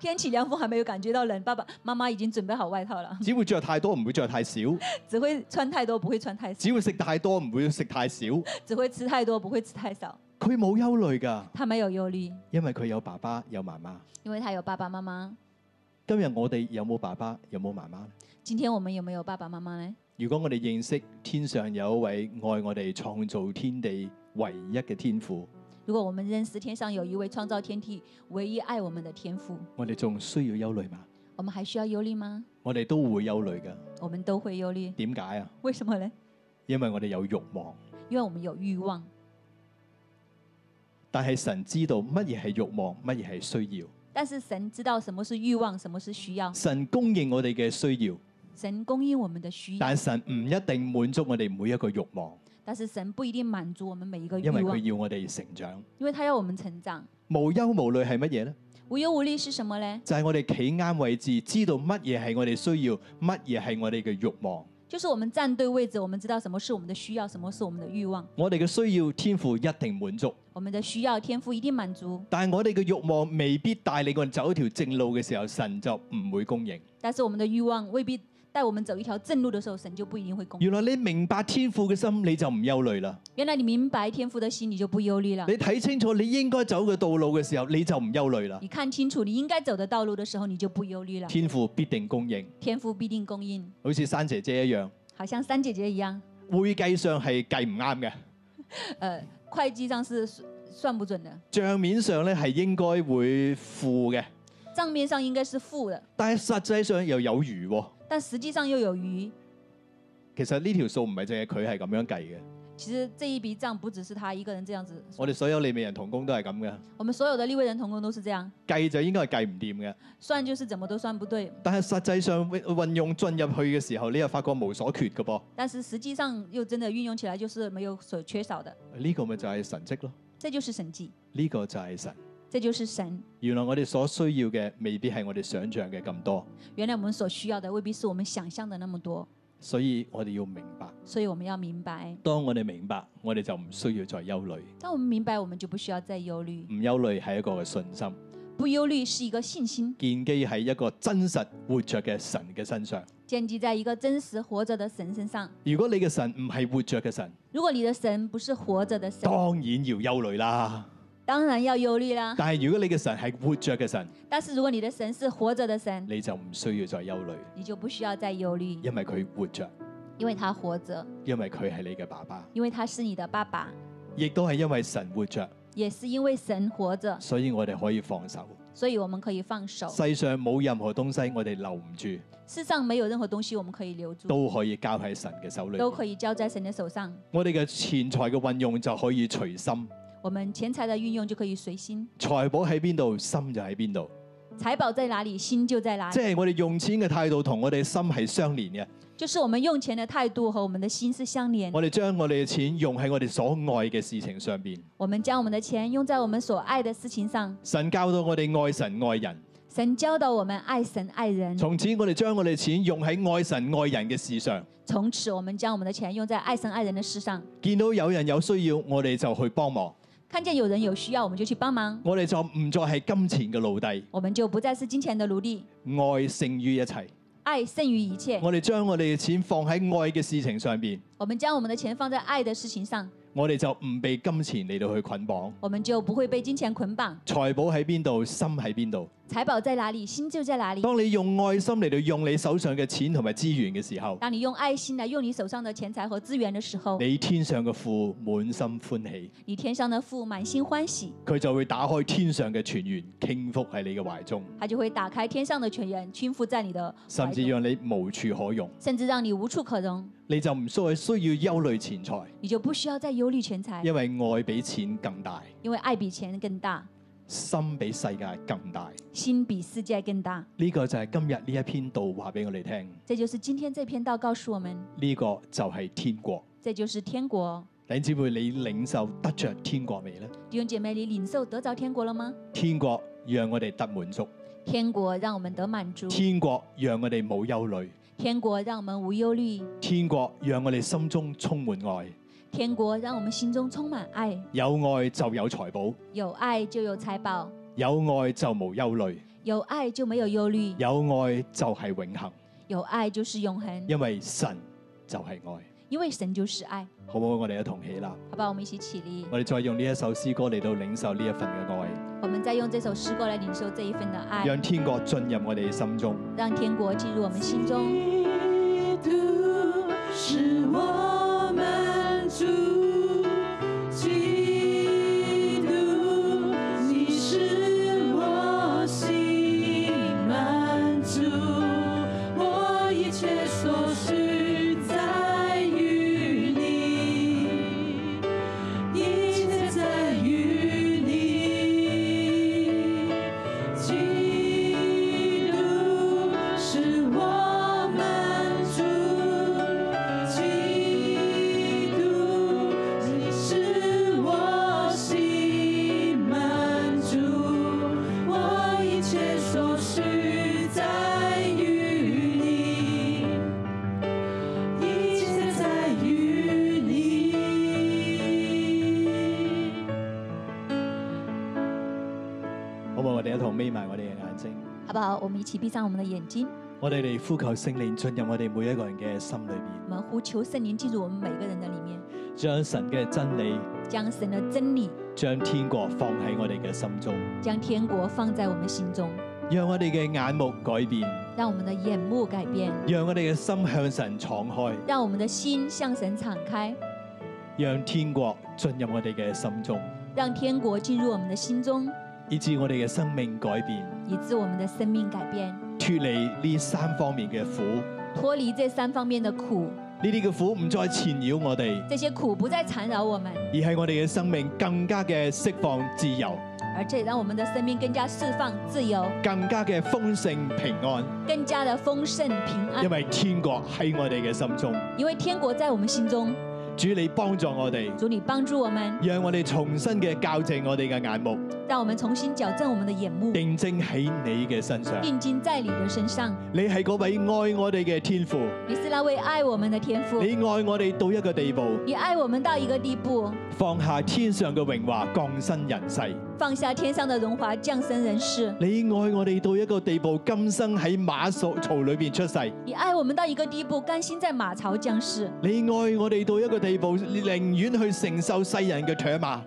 [SPEAKER 2] 天气凉风还没有感觉到冷，爸爸妈妈已经准备好外套了。
[SPEAKER 5] 只會着太多，唔會着太少；
[SPEAKER 2] 只会穿太多，不会穿太少；
[SPEAKER 5] 只會食太多，唔會食太少。
[SPEAKER 2] 只会吃太多，不会吃太少。
[SPEAKER 5] 佢冇憂慮㗎，
[SPEAKER 2] 他没有忧虑，
[SPEAKER 5] 因為佢有爸爸有媽媽。
[SPEAKER 2] 因为他有爸爸妈妈。
[SPEAKER 5] 今日我哋有冇爸爸有冇媽媽呢？
[SPEAKER 2] 今天我们有没有爸爸妈妈呢？
[SPEAKER 5] 如果我哋認識天上有一位愛我哋創造天地唯一嘅天父，
[SPEAKER 2] 如果我们认识天上有一位创造天地、唯一爱我们的天父，
[SPEAKER 5] 我哋仲需要憂慮嗎？
[SPEAKER 2] 我们还需要忧虑吗？
[SPEAKER 5] 我哋都會憂慮嘅，
[SPEAKER 2] 我们都会忧虑，
[SPEAKER 5] 點解啊？
[SPEAKER 2] 为什么呢？
[SPEAKER 5] 因為我哋有慾望，
[SPEAKER 2] 因为我们有欲望，
[SPEAKER 5] 但係神知道乜嘢係慾望，乜嘢係需要。
[SPEAKER 2] 但是神知道什么是欲望，什么是需要，
[SPEAKER 5] 神供應我哋嘅需要，
[SPEAKER 2] 神供應我们的需要，
[SPEAKER 5] 但神唔一定滿足我哋每一個慾望，
[SPEAKER 2] 但是神不一定满足我们每一个欲
[SPEAKER 5] 因為
[SPEAKER 2] 望
[SPEAKER 5] 佢，要我哋成長。
[SPEAKER 2] 因为他要我们成長。
[SPEAKER 5] 無憂無慮係乜嘢呢？
[SPEAKER 2] 无忧无虑是什么呢？
[SPEAKER 5] 就係我哋企啱位置，知道乜嘢係我哋需要，乜嘢係我哋嘅慾望。
[SPEAKER 2] 就是我们站对位置，我们知道什么是我们的需要，什么是我们的欲望。
[SPEAKER 5] 我哋嘅需要，天父一定滿足。
[SPEAKER 2] 我们的需要，天赋一定满足，
[SPEAKER 5] 但係我哋嘅慾望未必帶領我哋走一條正路嘅時候，神就唔會供應。
[SPEAKER 2] 但是我们的欲望未必带我们走一条正路的时候，神就不一定会供應。
[SPEAKER 5] 原來你明白天父嘅心，你就唔憂慮啦。
[SPEAKER 2] 原来你明白天赋的心，你就不忧虑了
[SPEAKER 5] 你。睇清楚你應該走嘅道路嘅時候，你就唔憂慮啦。
[SPEAKER 2] 你看清楚你应该走的道路的时候，你就不忧虑了。
[SPEAKER 5] 天父必定供應，
[SPEAKER 2] 天赋必定供应，
[SPEAKER 5] 好似山姐姐一樣，
[SPEAKER 2] 好像三姐姐一樣，
[SPEAKER 5] 會計上係計唔啱嘅，
[SPEAKER 2] 呃，会计上是算算不准的，
[SPEAKER 5] 帳面上咧係應該會負嘅，
[SPEAKER 2] 账面上应该是负的，
[SPEAKER 5] 但係實際上又有餘喎。
[SPEAKER 2] 但实际上又有余。
[SPEAKER 5] 其實呢條數唔係淨係佢係咁樣計嘅，
[SPEAKER 2] 其实这一笔账不只是他一个人这样子，
[SPEAKER 5] 我哋所有利美人同工都係咁嘅，
[SPEAKER 2] 我们所有的立位人同工都是这样，
[SPEAKER 5] 計就應該係計唔掂嘅。
[SPEAKER 2] 算就是怎么都算不对，
[SPEAKER 5] 但係實際上運運用進入去嘅時候，你又發覺無所缺嘅噃。
[SPEAKER 2] 但是实际上又真的运用起来就是没有所缺少的。
[SPEAKER 5] 呢、個咪就係神蹟咯，
[SPEAKER 2] 这就是神迹，
[SPEAKER 5] 呢、個就係神。
[SPEAKER 2] 这就是神。
[SPEAKER 5] 原來我哋所需要嘅未必係我哋想象嘅咁多，
[SPEAKER 2] 原来我们所需要的未必是我们想象的那么多，
[SPEAKER 5] 所以我哋要明白。
[SPEAKER 2] 所以我们要明白。
[SPEAKER 5] 當我哋明白，我哋就唔需要再憂慮。
[SPEAKER 2] 当我们明白，我们就不需要再忧虑。
[SPEAKER 5] 唔憂慮係一個嘅信心，
[SPEAKER 2] 不忧虑是一个信心，
[SPEAKER 5] 建基喺一個真實活着嘅神嘅身上。
[SPEAKER 2] 建基在一个真实活着的神身上。
[SPEAKER 5] 如果你嘅神唔係活着嘅神，
[SPEAKER 2] 如果你的神不是活着的神，
[SPEAKER 5] 當然要憂慮啦。
[SPEAKER 2] 当然要忧虑啦。
[SPEAKER 5] 但係如果你嘅神係活着嘅神，
[SPEAKER 2] 但是如果你的神是活着的神，
[SPEAKER 5] 你就唔需要再憂慮，
[SPEAKER 2] 你就不需要再忧虑，
[SPEAKER 5] 因為佢活着，
[SPEAKER 2] 因为他活着，
[SPEAKER 5] 因為佢係你嘅爸爸。
[SPEAKER 2] 因为他是你的爸爸。
[SPEAKER 5] 亦都係因為神活着，
[SPEAKER 2] 也是因为神活着，
[SPEAKER 5] 所以我哋可以放手。
[SPEAKER 2] 所以我们可以放手。
[SPEAKER 5] 世上冇任何東西我哋留唔住，
[SPEAKER 2] 世上没有任何东西我们可以留住，
[SPEAKER 5] 都可以交喺神嘅手裏。
[SPEAKER 2] 都可以交在神的手上。
[SPEAKER 5] 我哋嘅錢財嘅運用就可以隨心，
[SPEAKER 2] 我们钱财的运用就可以随心，
[SPEAKER 5] 財寶喺邊度，心就喺邊度。
[SPEAKER 2] 财宝在哪里，心就在哪
[SPEAKER 5] 即
[SPEAKER 2] 里。
[SPEAKER 5] 係我哋用錢嘅態度同我哋心係相連嘅。
[SPEAKER 2] 就是我们用钱的态度和我们的心是相连。
[SPEAKER 5] 我哋將我哋嘅錢用喺我哋所愛嘅事情上邊。
[SPEAKER 2] 我们将我们的钱用在我们所爱的事情上。
[SPEAKER 5] 神教到我哋愛神愛人，
[SPEAKER 2] 神教导我们爱神爱人，
[SPEAKER 5] 從此我哋將我哋錢用喺愛神愛人嘅事上。
[SPEAKER 2] 从此我们将我们的钱用在爱神爱人的事上。
[SPEAKER 5] 見到有人有需要，我哋就去幫忙。
[SPEAKER 2] 看见有人有需要，我们就去帮忙，
[SPEAKER 5] 我哋就唔再係金錢嘅奴隸，
[SPEAKER 2] 我们就不再是金钱的奴隶。
[SPEAKER 5] 愛勝於一切。
[SPEAKER 2] 爱胜于一切。
[SPEAKER 5] 我哋將我哋嘅錢放喺愛嘅事情上邊，
[SPEAKER 2] 我们将我们的钱放在爱的事情上，
[SPEAKER 5] 我哋就唔被金錢嚟到去捆綁。
[SPEAKER 2] 我们就不会被金钱捆绑。
[SPEAKER 5] 財寶喺邊度，心喺邊度。
[SPEAKER 2] 财宝在哪里，心就在哪里。
[SPEAKER 5] 當你用愛心嚟到用你手上嘅錢同埋資源嘅時候，
[SPEAKER 2] 当你用爱心来用你手上的钱财和资源的时候，
[SPEAKER 5] 你天上嘅父滿心歡喜，
[SPEAKER 2] 你天上的父满心欢喜，
[SPEAKER 5] 佢就會打開天上嘅泉源，傾覆喺你嘅懷中，
[SPEAKER 2] 他就会打开天上的泉源，倾覆在你的
[SPEAKER 5] 甚
[SPEAKER 2] 怀
[SPEAKER 5] 至
[SPEAKER 2] 中，
[SPEAKER 5] 讓你無處可容，
[SPEAKER 2] 甚至让你无处可容，
[SPEAKER 5] 你就唔需需要憂慮錢財，
[SPEAKER 2] 你就不需要再忧虑钱财，
[SPEAKER 5] 因為愛比錢更大，
[SPEAKER 2] 因为爱比钱更大，
[SPEAKER 5] 心比世界更大。
[SPEAKER 2] 心比世界更大。
[SPEAKER 5] 呢、個就係今日呢一篇道話俾我哋聽，
[SPEAKER 2] 这就是今天这篇道告诉我们，
[SPEAKER 5] 呢、個就係天國。
[SPEAKER 2] 这就是天国。
[SPEAKER 5] 弟兄姊妹，你領受得着天國未呢？
[SPEAKER 2] 弟兄姐妹，你领受得着天国了吗？
[SPEAKER 5] 天國讓我哋得滿足，
[SPEAKER 2] 天国让我们得满足，
[SPEAKER 5] 天國讓我哋冇憂慮，
[SPEAKER 2] 天国让我们无忧虑，
[SPEAKER 5] 天國讓我哋心中充滿愛。
[SPEAKER 2] 天国让我们心中充满爱，
[SPEAKER 5] 有愛就有財寶，
[SPEAKER 2] 有爱就有财宝，
[SPEAKER 5] 有愛就無憂慮，
[SPEAKER 2] 有爱就没有忧虑，
[SPEAKER 5] 有愛就係永恆，
[SPEAKER 2] 有爱就是永恒，
[SPEAKER 5] 因為神就係愛。
[SPEAKER 2] 因为神就是爱。
[SPEAKER 5] 好唔好？我哋一同起立，
[SPEAKER 2] 好吧，我们一起起立，
[SPEAKER 5] 我哋再用呢一首詩歌嚟到領受呢一份嘅愛，
[SPEAKER 2] 我们再用这首诗歌来领受这一份的爱，
[SPEAKER 5] 讓天國進入我哋嘅心中。
[SPEAKER 2] 让天国进入我们心中。
[SPEAKER 4] 基督是我们主，基督你是我心满足，我一切所需在于你。一切在于你，基督是我们主，基督你是我心满足，我一切所需在于你。一切在于你。
[SPEAKER 5] 好唔好？我哋一同眯埋我哋嘅眼睛，
[SPEAKER 2] 好不好？我们一起闭上我们的眼睛，
[SPEAKER 5] 我哋嚟呼求聖靈進入我哋每一個人嘅心裏面，
[SPEAKER 2] 我们呼求圣灵进入我们每个人的里面，
[SPEAKER 5] 將神嘅真理、
[SPEAKER 2] 将神的真理，
[SPEAKER 5] 將天國放喺我哋嘅心中，
[SPEAKER 2] 将天国放在我们心中，
[SPEAKER 5] 讓我哋嘅眼目改變，
[SPEAKER 2] 让我们的眼目改变，
[SPEAKER 5] 讓我哋嘅心向神敞開，
[SPEAKER 2] 让我们的心向神敞开，
[SPEAKER 5] 讓天國進入我哋嘅心中。
[SPEAKER 2] 让天国进入我们的心中，
[SPEAKER 5] 以致我哋嘅生命改變，
[SPEAKER 2] 以致我们的生命改变，
[SPEAKER 5] 脱離呢三方面嘅苦。呢
[SPEAKER 2] 脱离这三方面的苦，
[SPEAKER 5] 啲嘅苦唔再纏繞我哋，
[SPEAKER 2] 这些苦不再缠绕我们，
[SPEAKER 5] 而係我哋嘅生命更加嘅釋放自由，
[SPEAKER 2] 而且让我们的生命更加释放自由，
[SPEAKER 5] 更加嘅豐盛平安。
[SPEAKER 2] 更加的丰盛平安
[SPEAKER 5] 因。為天國喺我哋嘅心中，
[SPEAKER 2] 因为天国在我们心中，
[SPEAKER 5] 主你幫助我哋，
[SPEAKER 2] 主你帮助我们，
[SPEAKER 5] 讓我哋重新嘅校正我哋嘅眼目，
[SPEAKER 2] 让我们重新矫正我们的眼目，
[SPEAKER 5] 定睛喺你嘅身上。
[SPEAKER 2] 定睛在你的身上。
[SPEAKER 5] 你係嗰位愛我哋嘅天父，
[SPEAKER 2] 你是那位爱我们的天父，
[SPEAKER 5] 你愛我哋到一個地步，
[SPEAKER 2] 你爱我们到一个地步，
[SPEAKER 5] 放下天上嘅榮華，降身人世。
[SPEAKER 2] 放下天上的荣华，降生人世。
[SPEAKER 5] 你愛我哋到一個地步，今生喺馬索槽裏邊出世；
[SPEAKER 2] 你爱我们到一个地步，甘心在马槽降世。
[SPEAKER 5] 你愛我哋到一個地步，寧願去承受世人嘅唾罵；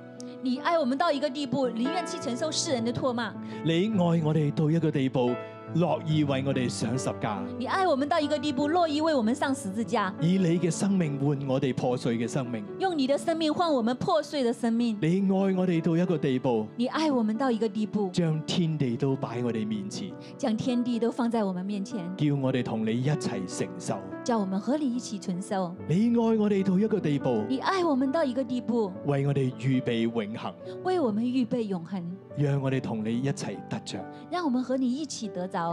[SPEAKER 2] 你爱我们到一个地步，宁愿去承受世人的唾骂。
[SPEAKER 5] 你愛我哋到一個地步，樂意為我哋上十架，
[SPEAKER 2] 你爱我们到一个地步，乐意为我们上十字架，
[SPEAKER 5] 以你嘅生命換我哋破碎嘅生命。
[SPEAKER 2] 用你的生命换我们破碎的生命。
[SPEAKER 5] 你愛我哋到一個地步，
[SPEAKER 2] 你爱我们到一个地步，
[SPEAKER 5] 將天地都擺我哋面前，
[SPEAKER 2] 将天地都放在我们面前，
[SPEAKER 5] 叫我哋同你一齊承受。
[SPEAKER 2] 叫我们和你一起承受。
[SPEAKER 5] 你愛我哋到一個地步，
[SPEAKER 2] 你爱我们到一个地步，
[SPEAKER 5] 為我哋預備永恆，
[SPEAKER 2] 为我们预备永恒，
[SPEAKER 5] 讓我哋同你一齊得着。
[SPEAKER 2] 让我们和你一起得着。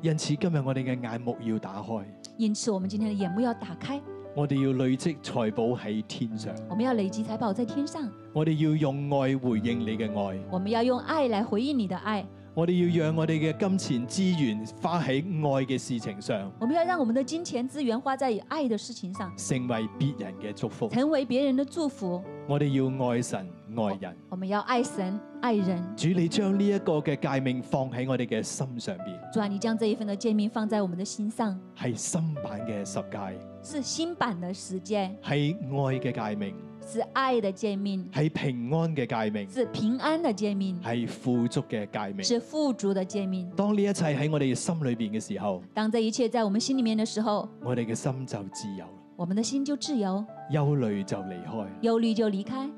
[SPEAKER 5] 因此今日我哋嘅眼目要打開，
[SPEAKER 2] 因此，我们今天的眼目要打开，
[SPEAKER 5] 我哋要累積財寶喺天上，
[SPEAKER 2] 我们要累积财宝在天上，
[SPEAKER 5] 我哋要用愛回應你嘅愛。
[SPEAKER 2] 我们要用爱来回应你的爱，
[SPEAKER 5] 我哋要讓我哋嘅金錢資源花喺愛嘅事情上，
[SPEAKER 2] 我们要让我们的金钱资源花在爱的事情上，
[SPEAKER 5] 成為別人嘅祝福。
[SPEAKER 2] 成为别人的祝福。
[SPEAKER 5] 我哋要愛神愛人。
[SPEAKER 2] 我们要爱神爱人。
[SPEAKER 5] 主，你將呢一個嘅誡命放喺我哋嘅心上邊，
[SPEAKER 2] 主啊，你将这一份的诫命放在我们的心上，
[SPEAKER 5] 係新版嘅十戒，
[SPEAKER 2] 是新版的十诫，
[SPEAKER 5] 係愛嘅誡命，
[SPEAKER 2] 是愛的诫命，
[SPEAKER 5] 係平安嘅誡命，
[SPEAKER 2] 是平安的诫命，
[SPEAKER 5] 係富足嘅誡命。
[SPEAKER 2] 是富足的诫命。
[SPEAKER 5] 當呢一切喺我哋心裏邊嘅時候，
[SPEAKER 2] 当这一切在我们心里面的时候，
[SPEAKER 5] 我哋嘅心就自由，
[SPEAKER 2] 我们的心就自由，
[SPEAKER 5] 憂慮就離開，
[SPEAKER 2] 忧虑就离开，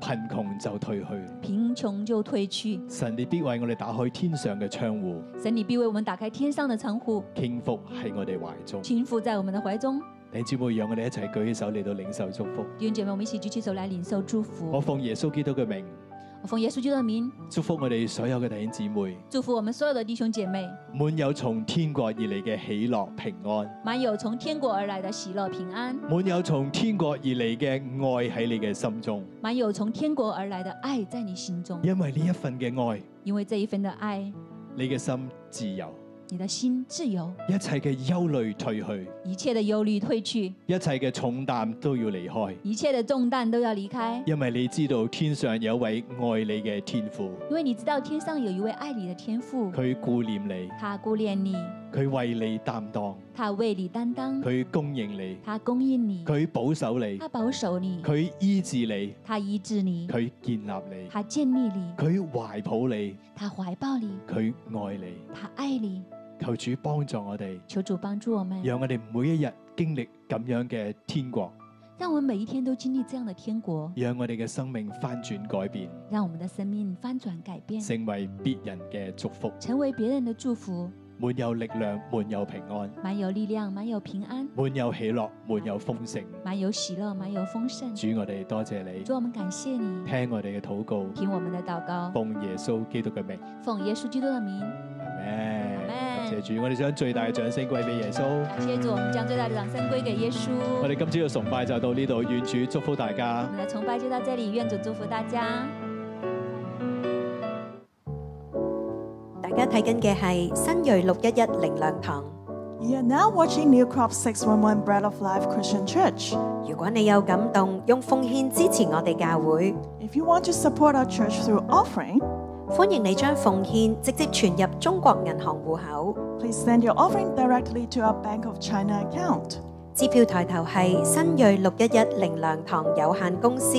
[SPEAKER 5] 貧窮就退去。
[SPEAKER 2] 贫穷就退去。
[SPEAKER 5] 神，你必為我哋打開天上嘅窗户，
[SPEAKER 2] 神，你必为我们打开天上的窗户，
[SPEAKER 5] 傾覆喺我哋懷中。
[SPEAKER 2] 倾覆在我们的怀中。
[SPEAKER 5] 弟兄姊妹，讓我哋一齊舉起手嚟到領受祝福。
[SPEAKER 2] 弟兄姐妹，我们一起举起手来领受祝福。
[SPEAKER 5] 我奉耶穌基督嘅名，
[SPEAKER 2] 我奉耶稣基督的名，
[SPEAKER 5] 祝福我哋所有嘅弟兄姊妹。
[SPEAKER 2] 祝福我们所有的弟兄姐妹，
[SPEAKER 5] 滿有從天國而嚟嘅喜樂平安，
[SPEAKER 2] 满有从天国而来的喜乐平安，
[SPEAKER 5] 滿有從天國而嚟嘅愛喺你嘅心中，
[SPEAKER 2] 满有从天国而来的爱在你心中。
[SPEAKER 5] 因為呢一份嘅愛，
[SPEAKER 2] 因为这一份的爱，
[SPEAKER 5] 你嘅心自由，
[SPEAKER 2] 你的心自由，
[SPEAKER 5] 一切嘅憂慮退去，
[SPEAKER 2] 一切的忧虑退去，
[SPEAKER 5] 一切嘅重擔都要離開，
[SPEAKER 2] 一切的重担都要离开，
[SPEAKER 5] 因為你知道天上有位愛你嘅天父，
[SPEAKER 2] 因为你知道天上有一位爱你的天父，
[SPEAKER 5] 佢顧念你，
[SPEAKER 2] 他顾念你，
[SPEAKER 5] 佢為你擔當，
[SPEAKER 2] 他为你担当，
[SPEAKER 5] 佢供應你，
[SPEAKER 2] 他供应你，
[SPEAKER 5] 佢保守你，
[SPEAKER 2] 他保守你，
[SPEAKER 5] 佢醫治你，
[SPEAKER 2] 他医治你，
[SPEAKER 5] 佢建立你，
[SPEAKER 2] 他建立你，
[SPEAKER 5] 佢懷抱你，
[SPEAKER 2] 他怀抱你，
[SPEAKER 5] 佢愛你。
[SPEAKER 2] 他爱你。
[SPEAKER 5] 求主幫助我哋。
[SPEAKER 2] 求主帮助我们，
[SPEAKER 5] 让我哋每一日经历咁样嘅天国，
[SPEAKER 2] 让我们每一天都经历这样的天国，
[SPEAKER 5] 让我哋嘅生命翻转改变，
[SPEAKER 2] 让我们的生命翻转改变，
[SPEAKER 5] 成为别人嘅祝福，
[SPEAKER 2] 成为别人的祝福，
[SPEAKER 5] 满有力量，满有平安，
[SPEAKER 2] 满有力量，满有平安，
[SPEAKER 5] 满有喜乐，满有丰盛。
[SPEAKER 2] 满有喜乐，满有丰盛。
[SPEAKER 5] 主，我哋多谢你，
[SPEAKER 2] 主，我们感谢你，
[SPEAKER 5] 听我哋嘅祷告，
[SPEAKER 2] 听我们的祷告，
[SPEAKER 5] 奉耶稣基督嘅名，
[SPEAKER 2] 奉耶稣基督的名，
[SPEAKER 5] 阿咩？感
[SPEAKER 2] Amen
[SPEAKER 5] 谢主，我哋将最大嘅掌声归俾耶稣。
[SPEAKER 2] 感谢主，我们将最大的掌声归给耶稣。
[SPEAKER 5] 我哋今朝嘅崇拜就到呢度，愿主祝福大家
[SPEAKER 2] 我。们的崇拜就到这里，愿主祝福大家。
[SPEAKER 6] 大家睇緊嘅係新锐六一一靈糧堂。
[SPEAKER 4] You are now watching New Crop 611 Bread of Life Christian Church.
[SPEAKER 6] 如果你有感動，用奉獻支持我哋教會，
[SPEAKER 4] If you want to support our church through offering,
[SPEAKER 6] 歡迎你將奉獻直接存入中國銀行户口。
[SPEAKER 4] please send your offering directly to our Bank of China account.
[SPEAKER 6] 支票抬頭係新锐六一一靈糧堂有限公司，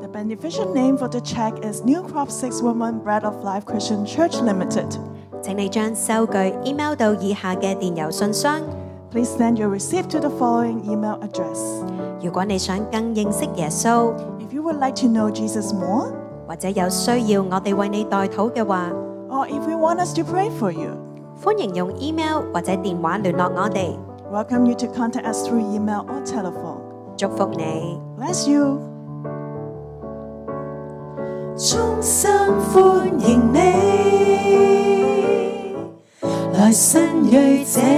[SPEAKER 4] The beneficial name for the check is New Crop 611 Bread of Life Christian Church Limited.
[SPEAKER 6] 請你將收據 email 到以下嘅電郵信箱。
[SPEAKER 4] Please send your receipt to the following email address.
[SPEAKER 6] 如果你想更認識耶穌，
[SPEAKER 4] If you would like to know Jesus more,
[SPEAKER 6] 或者有需要我哋為你代禱嘅話，
[SPEAKER 4] or if you want us to pray for you,
[SPEAKER 6] 歡迎用 email 或者電話聯絡我哋。
[SPEAKER 4] welcome you to contact us through email or telephone.
[SPEAKER 6] 祝福你。
[SPEAKER 4] Bless you。衷心歡迎你，來新锐這